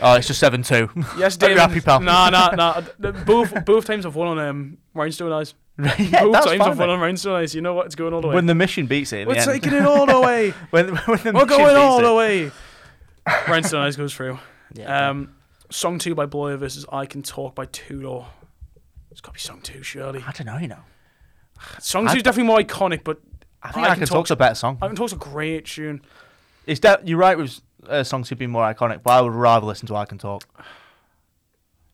B: Oh, it's just seven two.
A: Yes,
B: Are you
A: Damon.
B: happy, pal?
A: Nah, nah, nah. The- Both both times I've won on um, Rhinestone Eyes.
B: yeah,
A: both
B: that's
A: times
B: fine,
A: I've won
B: mate.
A: on Rhinestone Eyes. You know what? It's going all the way.
C: When the mission beats it, in
A: We're
C: the end.
A: taking it all the way.
B: When, when the
A: We're
B: mission
A: going
B: beats
A: all
B: it.
A: the way. Rhinestone Eyes goes through.
B: Yeah,
A: Um, song two by Bloyer versus I Can Talk by Tudor. It's got to be song two, surely.
B: I don't know, you know.
A: Song
B: I-
A: two's definitely more iconic, but
B: I think I, can, talk's a better song.
A: I Can Talk's a great tune.
B: It's that you're right with uh, songs who've been more iconic, but I would rather listen to I Can Talk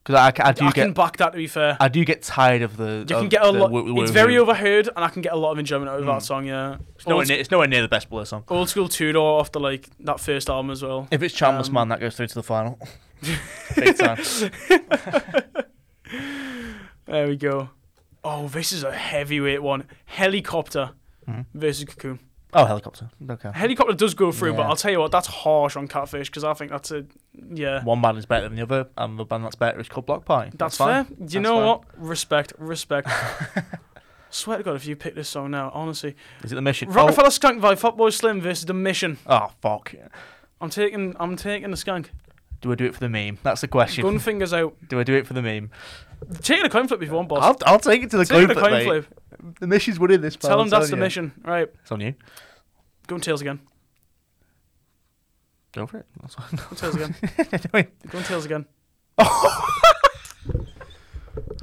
B: because I, I do
A: I
B: get
A: can back that, to be fair.
B: I do get tired of the.
A: you
B: of
A: can get a
B: the
A: lot.
B: woo- woo-
A: It's very
B: woo.
A: overheard, and I can get a lot of enjoyment out of that
B: Hmm.
A: song. Yeah,
B: It's nowhere,
A: old,
B: near, it's nowhere near the best Blur song.
A: old school Tudor off the like that first album as well.
B: If it's Charmless
A: Um,
B: Man, that goes through to the final. Big time.
A: There we go. Oh, this is a heavyweight one. Helicopter
B: Mhm.
A: versus Cocoon.
B: Oh, helicopter. Okay.
A: Helicopter does go through, but
B: Yeah.
A: I'll tell you what, that's harsh on Catfish because I think that's a yeah.
B: One band is better than the other, and the band that's better is called Block Party.
A: That's, fair.
B: fine.
A: Do you
B: That's
A: know
B: fine.
A: what? Respect, respect. Swear to God, if you pick this song now, honestly,
B: Is it the mission?
A: Rockefeller Skank by Fatboy Slim versus The Mission.
B: Oh, oh, fuck.
A: I'm taking, I'm taking the Skank.
B: Do I do it for the meme? That's the question.
A: Gunfingers out.
B: do I do it for the meme?
A: Taking a coin flip if you want, boss.
B: I'll, I'll take it to the
A: Taking
B: coin
A: a coin
B: flip, mate.
A: flip.
B: The mission's winning this. pal,
A: Tell
B: I'm
A: him that's
B: telling
A: the
B: you.
A: mission. Right,
B: It's on you.
A: go and tails again.
B: Go for it. That's fine.
A: Go and tails again. go and tails again.
B: Oh.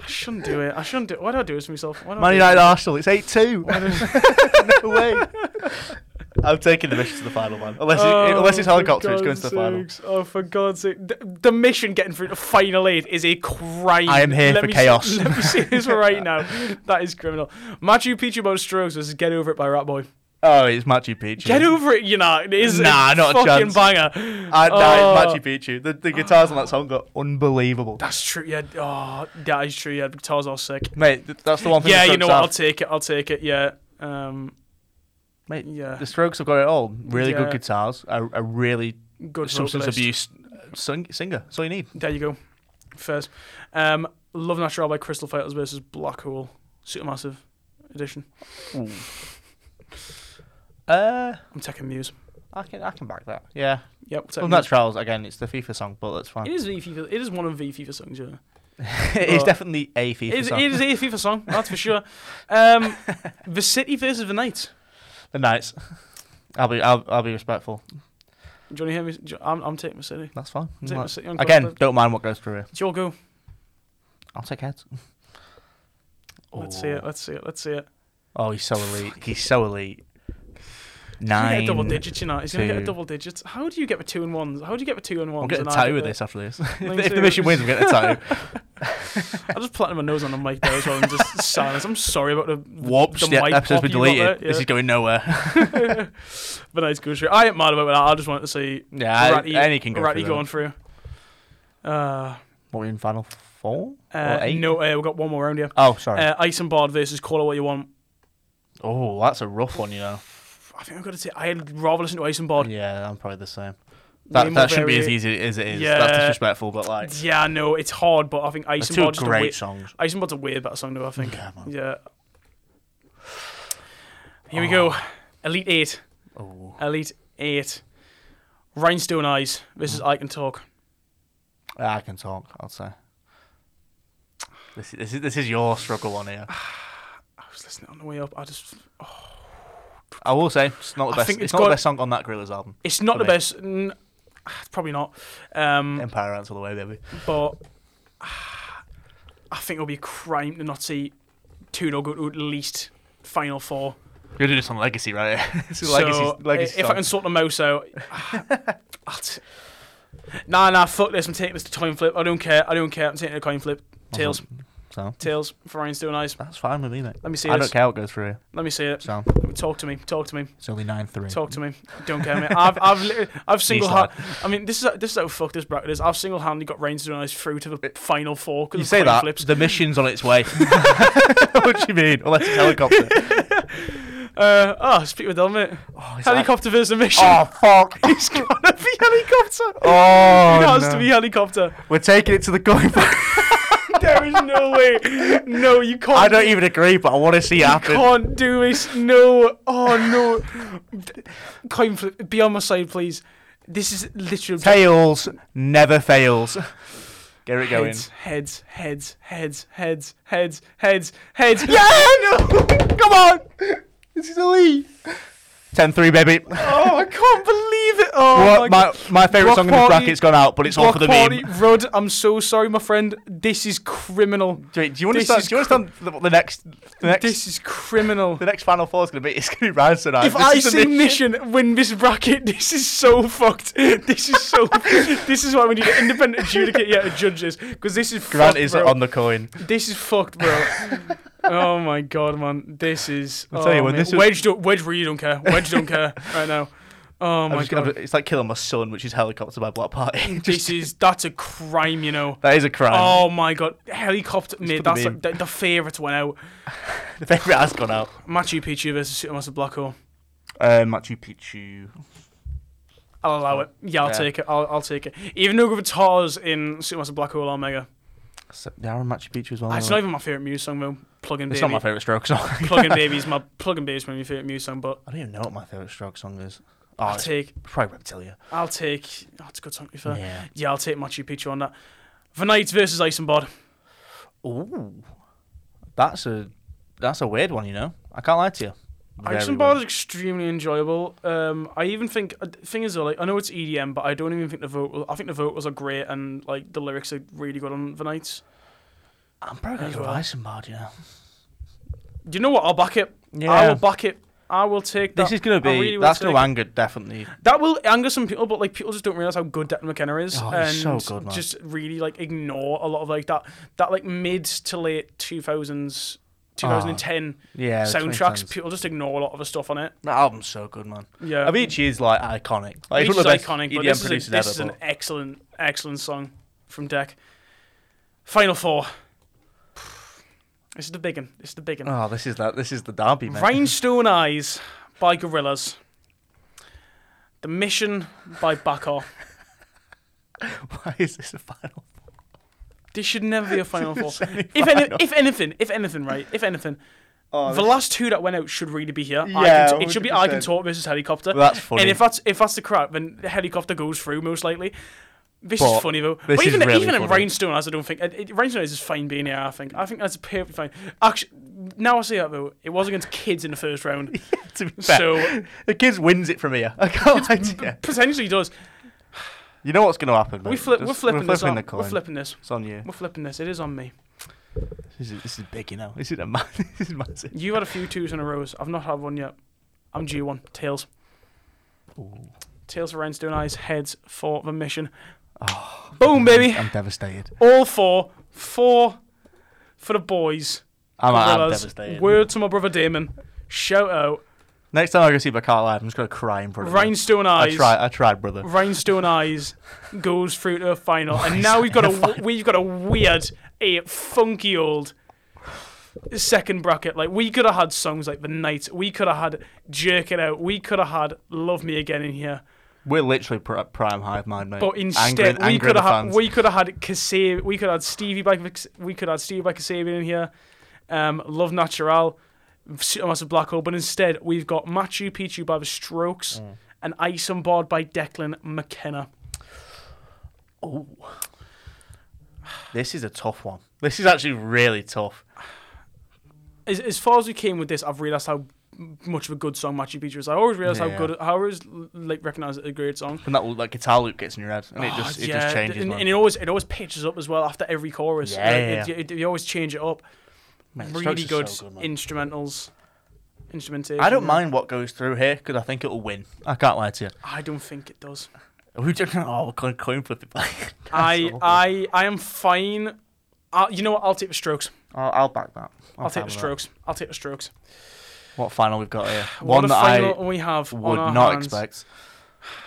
A: I shouldn't do it. I shouldn't do it. Why do I do this to myself? Why do I
B: Man
A: do
B: United
A: this?
B: Arsenal. It's eight two. no way. I'm taking the mission to the final one. Unless it,
A: Oh,
B: unless it's
A: for
B: helicopter, it's going
A: God's
B: to the final.
A: sakes. Oh, for God's sake. The, the mission getting through to final eight is a crime.
B: I am here for
A: me
B: chaos.
A: See, let me see this right now. That is criminal. Machu Picchu about strokes versus Get Over It by Ratboy.
B: Oh, it's Machu Picchu.
A: Get Over It, you know. It is
B: Nah,
A: a
B: not a
A: fucking
B: chance.
A: banger.
B: I,
A: Oh.
B: no, it's Machu Picchu. The, the guitars on that song got unbelievable.
A: That's true. Yeah. Oh, that is true. Yeah. Guitars all sick.
B: Mate, th- that's the one thing.
A: Yeah,
B: the
A: you know
B: Strokes
A: what? I'll
B: have.
A: take it. I'll take it. Yeah. Um,
B: Mate,
A: yeah.
B: the Strokes have got it all. Really
A: Yeah.
B: good guitars. A, a really
A: Good
B: substance
A: vocalist.
B: abuse uh, sing, singer. That's all you need.
A: There you go. First. Um, Love Natural by Crystal Fighters versus Black Hole. Supermassive edition.
B: Uh,
A: I'm taking Muse.
B: I can I can back that. Yeah.
A: Yep. we're
B: Well,
A: taking
B: not
A: Muse.
B: Trials again. It's the FIFA song, but that's fine.
A: It is a FIFA. It is one of the FIFA songs. Yeah.
B: it is
A: but-
B: definitely a FIFA
A: It is,
B: song.
A: it is a FIFA song. That's for sure. Um, the City versus the Knights.
B: The Knights. I'll be I'll, I'll be respectful.
A: Do you want to hear me? do you- I'm, I'm taking the City.
B: That's fine.
A: I'm taking the City. on
B: Again,
A: Colourful.
B: don't mind what goes through here.
A: it's your go.
B: I'll take heads.
A: Let's see it. Let's see it. Let's see it.
B: Oh, he's so elite. He's so elite.
A: He's gonna
B: Nine.
A: get a double digit, you know. He's gonna get a
B: two.
A: double digit. How do you get the two and ones? How do you get the two and ones?
B: I'm getting
A: and
B: a
A: I
B: tattoo
A: get
B: with
A: the-
B: this after this.
A: Let me
B: if
A: see
B: the mission
A: what it
B: wins, I'm getting a tattoo.
A: I just planted my nose on the mic there as well and just silence. I'm sorry about the
B: Whoops,
A: The
B: yeah,
A: mic
B: episode's
A: pop
B: been
A: you got
B: deleted.
A: there,
B: This
A: yeah.
B: is going nowhere.
A: but nice go through. I ain't mad about that. I just wanted to see
B: yeah,
A: Ratty,
B: any can go.
A: Ratty
B: through
A: going
B: that.
A: through. Uh,
B: What, we're in final four?
A: uh,
B: or eight?
A: no, uh, we've got one more round here.
B: Oh, sorry.
A: Uh, Ice and Bard versus Call It What You Want.
B: oh, that's a rough one, you know.
A: I think I'm going to say I'd rather listen to Ice and Bard.
B: Yeah, I'm probably the same.
A: Way
B: That,
A: more
B: that shouldn't be as
A: varied.
B: easy as it is.
A: Yeah.
B: That's disrespectful, but like,
A: Yeah, I know. It's hard, but I think Ice
B: it's
A: and
B: two
A: Bard just a way-
B: great songs.
A: Ice and Bard's a way better song, though, I think.
B: Yeah, man.
A: Yeah. Here we go. Elite 8.
B: Oh.
A: Elite 8. Rhinestone Eyes versus
B: Mm.
A: I Can Talk.
B: I can talk. I'll say. This, this is this is your struggle one here.
A: I was listening on the way up. I just
B: I will say it's not the
A: I
B: best.
A: think
B: It's,
A: it's
B: not
A: got-
B: the best song on that Gorillaz album.
A: It's not the
B: for me.
A: best. N- probably not. Um,
B: Empire Ants all the way, baby.
A: But I think it'll be a crime to not see Tudor go to at least final four.
B: You're doing this on Legacy, right? this is
A: so
B: Legacy.
A: i-
B: Legacy.
A: if I can sort the mouse out, I'll t- nah, nah, fuck this. I'm taking this to coin flip. I don't care. I don't care. I'm taking a coin flip.
B: Uh-huh.
A: Tails,
B: so
A: tails for Ryan's doing eyes.
B: that's fine with me, mate.
A: Let me see
B: I
A: this.
B: don't care what goes through here.
A: Let me see it.
B: So
A: Talk to me. Talk to me.
B: it's only nine three.
A: Talk to me. Don't care, mate. I've, I've, lit- I've single hand.
B: slide.
A: I mean, this is this is how fucked this bracket is. I've single handedly got Rangers and Eyes through to the final four. 'cause
B: You
A: of
B: say
A: coin
B: that
A: Flips.
B: the mission's on its way. what do you mean? Unless it's helicopter.
A: Uh, oh, speak with helmet.
B: Oh, is that-
A: Helicopter versus mission.
B: Oh fuck!
A: It's gonna be helicopter.
B: Oh
A: it has
B: no.
A: to be helicopter.
B: We're taking it to the coin.
A: There is no way. No, you can't.
B: I don't
A: do-
B: even agree, but I want to see it
A: You
B: happen.
A: can't do this. No. Oh no. D- Coin flip. Be on my side, please. This is literally
B: Tails never fails. Get it going.
A: heads, heads, heads, heads, heads, heads, heads, heads.
B: Yeah, no! Come on! This is a lead. 10 3, baby.
A: Oh, I can't believe it! Oh
B: What-
A: my,
B: my,
A: God.
B: my favourite
A: Block
B: song in this
A: party.
B: bracket's gone out, but it's all
A: Block
B: for the
A: party,
B: meme.
A: Rudd, I'm so sorry, my friend. This is criminal.
B: Wait, do you
A: This
B: understand?
A: is
B: Do you understand what the next, the next,
A: This is criminal.
B: the next Final Four is going to be? It's going to be Ryan tonight.
A: If
B: This
A: I
B: is the
A: see Mission win this bracket, this is so fucked. This is so. this is why we need an independent adjudicator of judges because this is
B: Grant
A: fucked,
B: is
A: bro. Oh
B: on the coin.
A: This is fucked, bro. oh my god, man. This is.
B: I'll tell you
A: oh,
B: what,
A: man.
B: this was-
A: Wedge, don't, Wedge really don't care. Wedge don't care right now. Oh
B: I'm
A: my
B: just gonna-
A: god.
B: it's like killing my son, which is helicopter by Black Party.
A: This
B: Just-
A: is. That's a crime, you know.
B: that is a crime.
A: Oh my god. Helicopter. Mate,
B: for the
A: that's
B: meme.
A: like the, the favourite one out.
B: The favourite has gone out.
A: Machu Picchu versus Supermassive Black Hole.
B: Uh, Machu Picchu.
A: I'll allow it. Yeah, I'll
B: Yeah.
A: take it. I'll, I'll take it. Even though guitars in Supermassive Black Hole are mega.
B: So, yeah, I'm Machu Picchu as well.
A: Ah, It's not even my favourite Muse song, though. Plug-in
B: Oh. It's
A: Baby.
B: not my favourite stroke song. I
A: Plug-in Baby is my... Plug-in Baby is my favourite Muse song, but
B: don't even know what my favourite stroke song is.
A: I'll
B: Oh, it's
A: take...
B: probably Reptilia.
A: I'll take... Oh, it's a good song, to be fair.
B: Yeah.
A: Yeah, I'll take Machu Picchu on that. The Knights versus Isambard.
B: Ooh, that's a that's a weird one. You know, I can't lie to you. Very
A: Isambard
B: weird.
A: is extremely enjoyable. Um, I even think uh, the thing is though, like I know it's EDM, but I don't even think the vocal. I think the vocals are great and like the lyrics are really good on The Knights.
B: I'm probably going
A: as
B: to go
A: well.
B: Isambard. You know,
A: Do you know what? I'll back it. I
B: Yeah.
A: will back it. I will take that.
B: this is going to
A: I
B: be
A: really will
B: that's going
A: take
B: to
A: it.
B: anger definitely.
A: That will anger some people, but like people just don't realize how good Declan McKenna is,
B: Oh,
A: and
B: he's so good, man.
A: just really like ignore a lot of like that that like mid to late two thousands, two thousand
B: Oh.
A: and ten
B: Yeah, the
A: soundtracks.
B: 2010s.
A: People just ignore a lot of the stuff on it.
B: That album's so good, man.
A: Yeah,
B: Avicii is like iconic. Like,
A: Beach Um, is
B: he's one of the best
A: iconic, but
B: EDM
A: this, is,
B: producers
A: a, this
B: ever,
A: is an
B: but-
A: excellent, excellent song from Deck. Final four. This is the big one. This is the big one.
B: Oh, this is that. This is the derby, man.
A: Rhinestone Eyes by Gorillas. The Mission by Bakar.
B: Why is this a final?
A: This should never be a final four. If, any, if anything, if anything, right? If anything,
B: Oh,
A: the last two that went out should really be here. I
B: Yeah,
A: can t- it should be I can
B: 100%.
A: talk versus helicopter.
B: Well, that's funny.
A: And if that's if that's the crap, then the helicopter goes through most likely. This is
B: But
A: funny though.
B: this
A: But
B: is
A: even
B: really
A: even in
B: funny.
A: Rainstone, as I don't think it, it, Rainstone is just fine being here. I think I think that's perfectly fine. Actually, now I see that though, it was against kids in the first round,
B: to be fair,
A: so
B: the kids wins it from here. I can't lie to you.
A: potentially does.
B: You know what's going to happen?
A: We
B: mate.
A: flip,
B: Just-
A: we're flipping,
B: we're
A: this.
B: flipping
A: On,
B: the coin.
A: we're flipping this.
B: It's on you.
A: We're flipping this. It is on me.
B: This is this is big, you know. This is a man. This is massive.
A: You had a few twos in a row. I've not had one yet. I'm due one. Tails.
B: Ooh.
A: Tails for Rainstone Eyes. Heads for the mission.
B: Ah.
A: Boom, baby.
B: I'm devastated.
A: All four. Four for the boys.
B: I'm, I'm
A: Gorillas.
B: devastated.
A: Word to my brother Damon. Shout out.
B: Next time I go see Bakar live, I'm just gonna cry in front of him.
A: Rhinestone
B: I
A: Eyes.
B: tried. I tried, brother.
A: Rhinestone Eyes goes through to a final. and
B: is
A: now
B: that
A: we've got
B: in
A: a
B: a
A: w- we've got a weird, a funky old second bracket. Like we could have had songs like The Night. We could have had Jerk It Out. We could have had Love Me Again in here.
B: We're literally pr- prime hive mind, mate.
A: But instead,
B: Angering-
A: we
B: angering
A: could
B: the
A: have had
B: fans.
A: we could have had Kasabian, we could have had Stevie by Kas- we could have had Stevie by Kasabian in here, um, Love Natural, Supermassive Black Hole. But instead, we've got Machu Picchu by The Strokes
B: Mm.
A: and Ice on Board by Declan McKenna.
B: This is a tough one. This is actually really tough.
A: As, as far as we came with this, I've realised how m- much of a good song Machu Picchu is. I always realised
B: Yeah.
A: how good, how I always l- like recognise it as a great song.
B: When that like guitar loop gets in your head, and it
A: Oh,
B: just it just changes.
A: and,
B: man.
A: and it always it always pitches up as well after every chorus.
B: Yeah,
A: Like,
B: yeah,
A: it-
B: yeah.
A: it- you always change it up.
B: Mate, Strokes
A: really
B: is
A: good,
B: so man.
A: instrumentals, instrumentation.
B: I don't
A: yeah.
B: mind what goes through here because I think it'll win. I can't lie to you.
A: I don't think it does.
B: We just oh we're going coin flip it.
A: I I I am fine. i you know what? I'll take the strokes.
B: I'll, I'll back that.
A: I'll, take the
B: back that.
A: strokes. I'll take the strokes.
B: What final we've got here?
A: What
B: One
A: a
B: that
A: final
B: I
A: we have
B: would
A: on our
B: not
A: hands.
B: expect.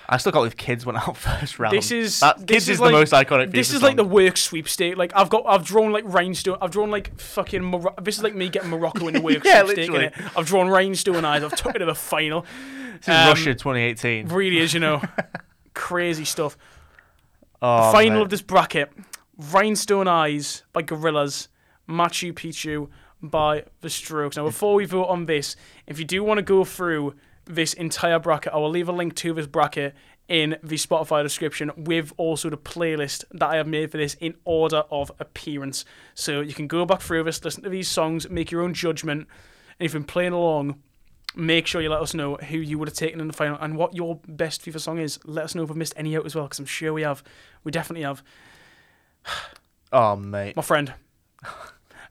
B: I still got with kids went out first round.
A: This is-
B: that,
A: this
B: kids
A: is
B: is,
A: like-
B: the most iconic.
A: This
B: FIFA
A: is like the
B: song.
A: work sweepstake. Like I've got, I've drawn like rhinestone. I've drawn like fucking. Mor- this is like me getting Morocco in the work
B: Yeah,
A: sweepstake.
B: literally.
A: innit? I've drawn rhinestone eyes. I've took it to the final.
B: this is
A: um,
B: Russia 2018.
A: Really is, you know, crazy stuff.
B: Oh,
A: final
B: mate.
A: of this bracket Rhinestone Eyes by Gorillas, Machu Picchu by The Strokes. Now, before we vote on this, if you do want to go through this entire bracket, I will leave a link to this bracket in the Spotify description with also the playlist that I have made for this in order of appearance. So you can go back through this, listen to these songs, make your own judgment. And if you've been playing along, make sure you let us know who you would have taken in the final and what your best FIFA song is. Let us know if we've missed any out as well, because I'm sure we have. We definitely have.
B: Oh, mate.
A: My friend,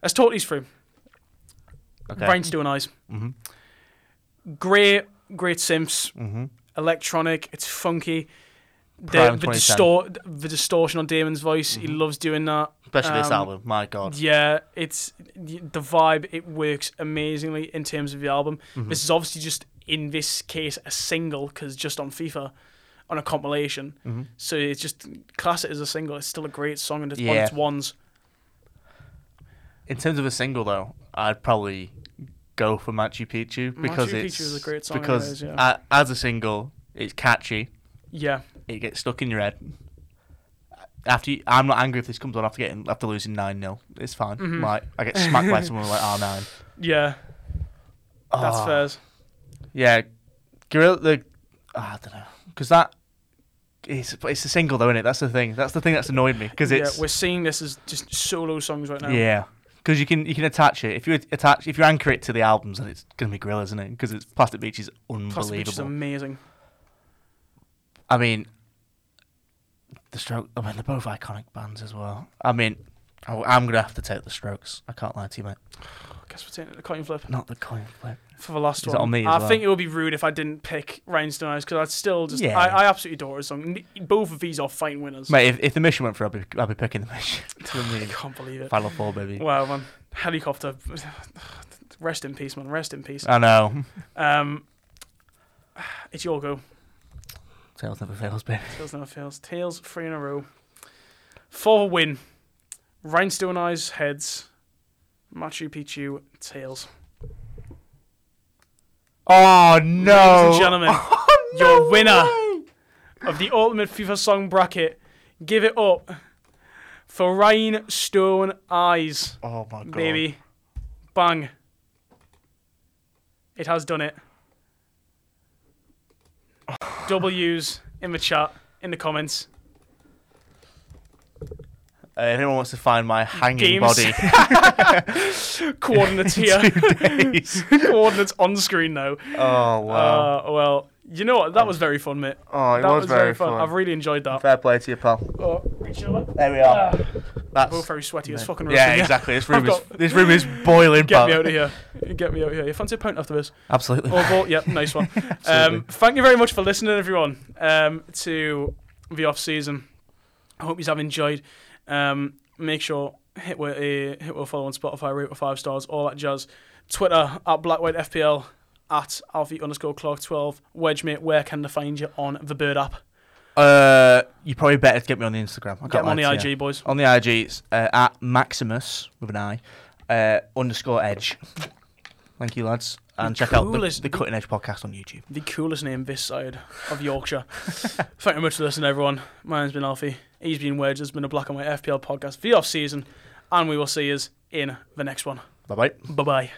A: let's talk these through.
B: Okay. Mm-hmm.
A: Brian Stew and Eyes.
B: Mhm.
A: Great, great synths.
B: Mhm.
A: Electronic. It's funky. The,
B: Prime Mm-hmm.
A: the,
B: 2010.
A: distor- the distortion on Damon's voice. He loves doing that.
B: Especially this
A: um,
B: album. My God.
A: Yeah, it's the vibe. It works amazingly in terms of the album.
B: Mm-hmm.
A: This is obviously just in this case a single because just on FIFA, on a compilation.
B: Mm-hmm.
A: So it's just class it as a single. It's still a great song and it's one
B: Yeah.
A: of its ones.
B: In terms of a single, though, I'd probably go for Machu Picchu because
A: Machu Picchu
B: it's
A: is a great song, it
B: because
A: is, yeah.
B: a- as a single, it's catchy.
A: Yeah,
B: It gets stuck in your head. After you, I'm not angry if this comes on after getting after losing nine 0 It's fine.
A: Mm-hmm.
B: Like I get smacked by someone like R nine.
A: yeah, that's
B: Ah,
A: fairs.
B: Yeah, Gorilla. The ah, I don't know because that it's but it's a single though, is it? That's the thing. That's the thing that's annoyed me because
A: Yeah,
B: it's
A: we're seeing this as just solo songs right now.
B: Yeah, because you can you can attach it if you attach if you anchor it to the albums, then it's gonna be Gorilla, isn't it? Because it's Plastic Beach is
A: Plastic Beach
B: unbelievable.
A: is amazing.
B: I mean, the Stroke. I mean, they're both iconic bands as well. I mean, I, I'm gonna have to take the Strokes. I can't lie to you, mate.
A: I Oh, guess we're taking a coin flip
B: Not the coin flip.
A: for the last
B: Is
A: one.
B: that on me as
A: I
B: well?
A: think it would be rude if I didn't pick Rhinestone Eyes because I'd still just
B: Yeah.
A: I, I absolutely adore his song. N- Both of these are fine winners.
B: Mate, if, if the mission went through, I'd be, I'd be picking the mission. to the
A: I
B: moon.
A: can't believe it.
B: Final four, baby.
A: Wow, man. um, Helicopter. Rest in peace, man. Rest in peace.
B: I know.
A: Um, it's your go.
B: Tails never fails, baby.
A: Tails never fails. Tails, three in a row. Four win. Rhinestone Eyes, heads. Machu Picchu, tails.
B: Oh no!
A: Ladies and gentlemen,
B: Oh,
A: your
B: no
A: winner.
B: way!
A: of the ultimate FIFA song bracket. Give it up for Rhinestone Eyes,
B: Oh my god!
A: baby. Bang. It has done it. W's in the chat, in the comments.
B: Uh, if anyone wants to find my
A: Games.
B: hanging body,
A: Coordinates here.
B: days.
A: Coordinates on screen now.
B: Oh wow!
A: Uh, well, you know what? That was very fun, mate.
B: oh, it
A: that
B: was, very, fun.
A: I've really enjoyed that.
B: Fair play to you, pal.
A: Oh, reach over.
B: There we are.
A: Ah,
B: That's
A: both very sweaty. It's fucking
B: yeah,
A: roasting,
B: exactly. This room is
A: got-
B: this room is boiling,
A: Get
B: pal.
A: me out of here. Get me out of here. You fancy a pint after this?
B: Absolutely.
A: Or ball, yep, nice one. um,
B: Absolutely.
A: thank you very much for listening, everyone, um, to the off season. I hope you have enjoyed. Um, make sure hit with a hit with a follow on Spotify, rate with five stars, all that jazz. Twitter at Black White FPL at Alfie underscore Clark twelve. Wedge mate, where can they find you on the Bird app?
B: Uh, you probably better get me on the Instagram. I
A: Oh. Get
B: can't
A: them on
B: lie
A: the
B: to you.
A: IG, boys.
B: On the IG, it's uh, at Maximus with an I uh, underscore Edge. Thank you, lads, and check out the,
A: coolest-
B: the Cutting Edge podcast on YouTube.
A: The coolest name this side of Yorkshire. Thank you very much for listening, everyone. My name's been Alfie. He's been Wedge. It's been a Black and White FPL podcast for the off season, and we will see you in the next one.
B: Bye bye.
A: Bye bye.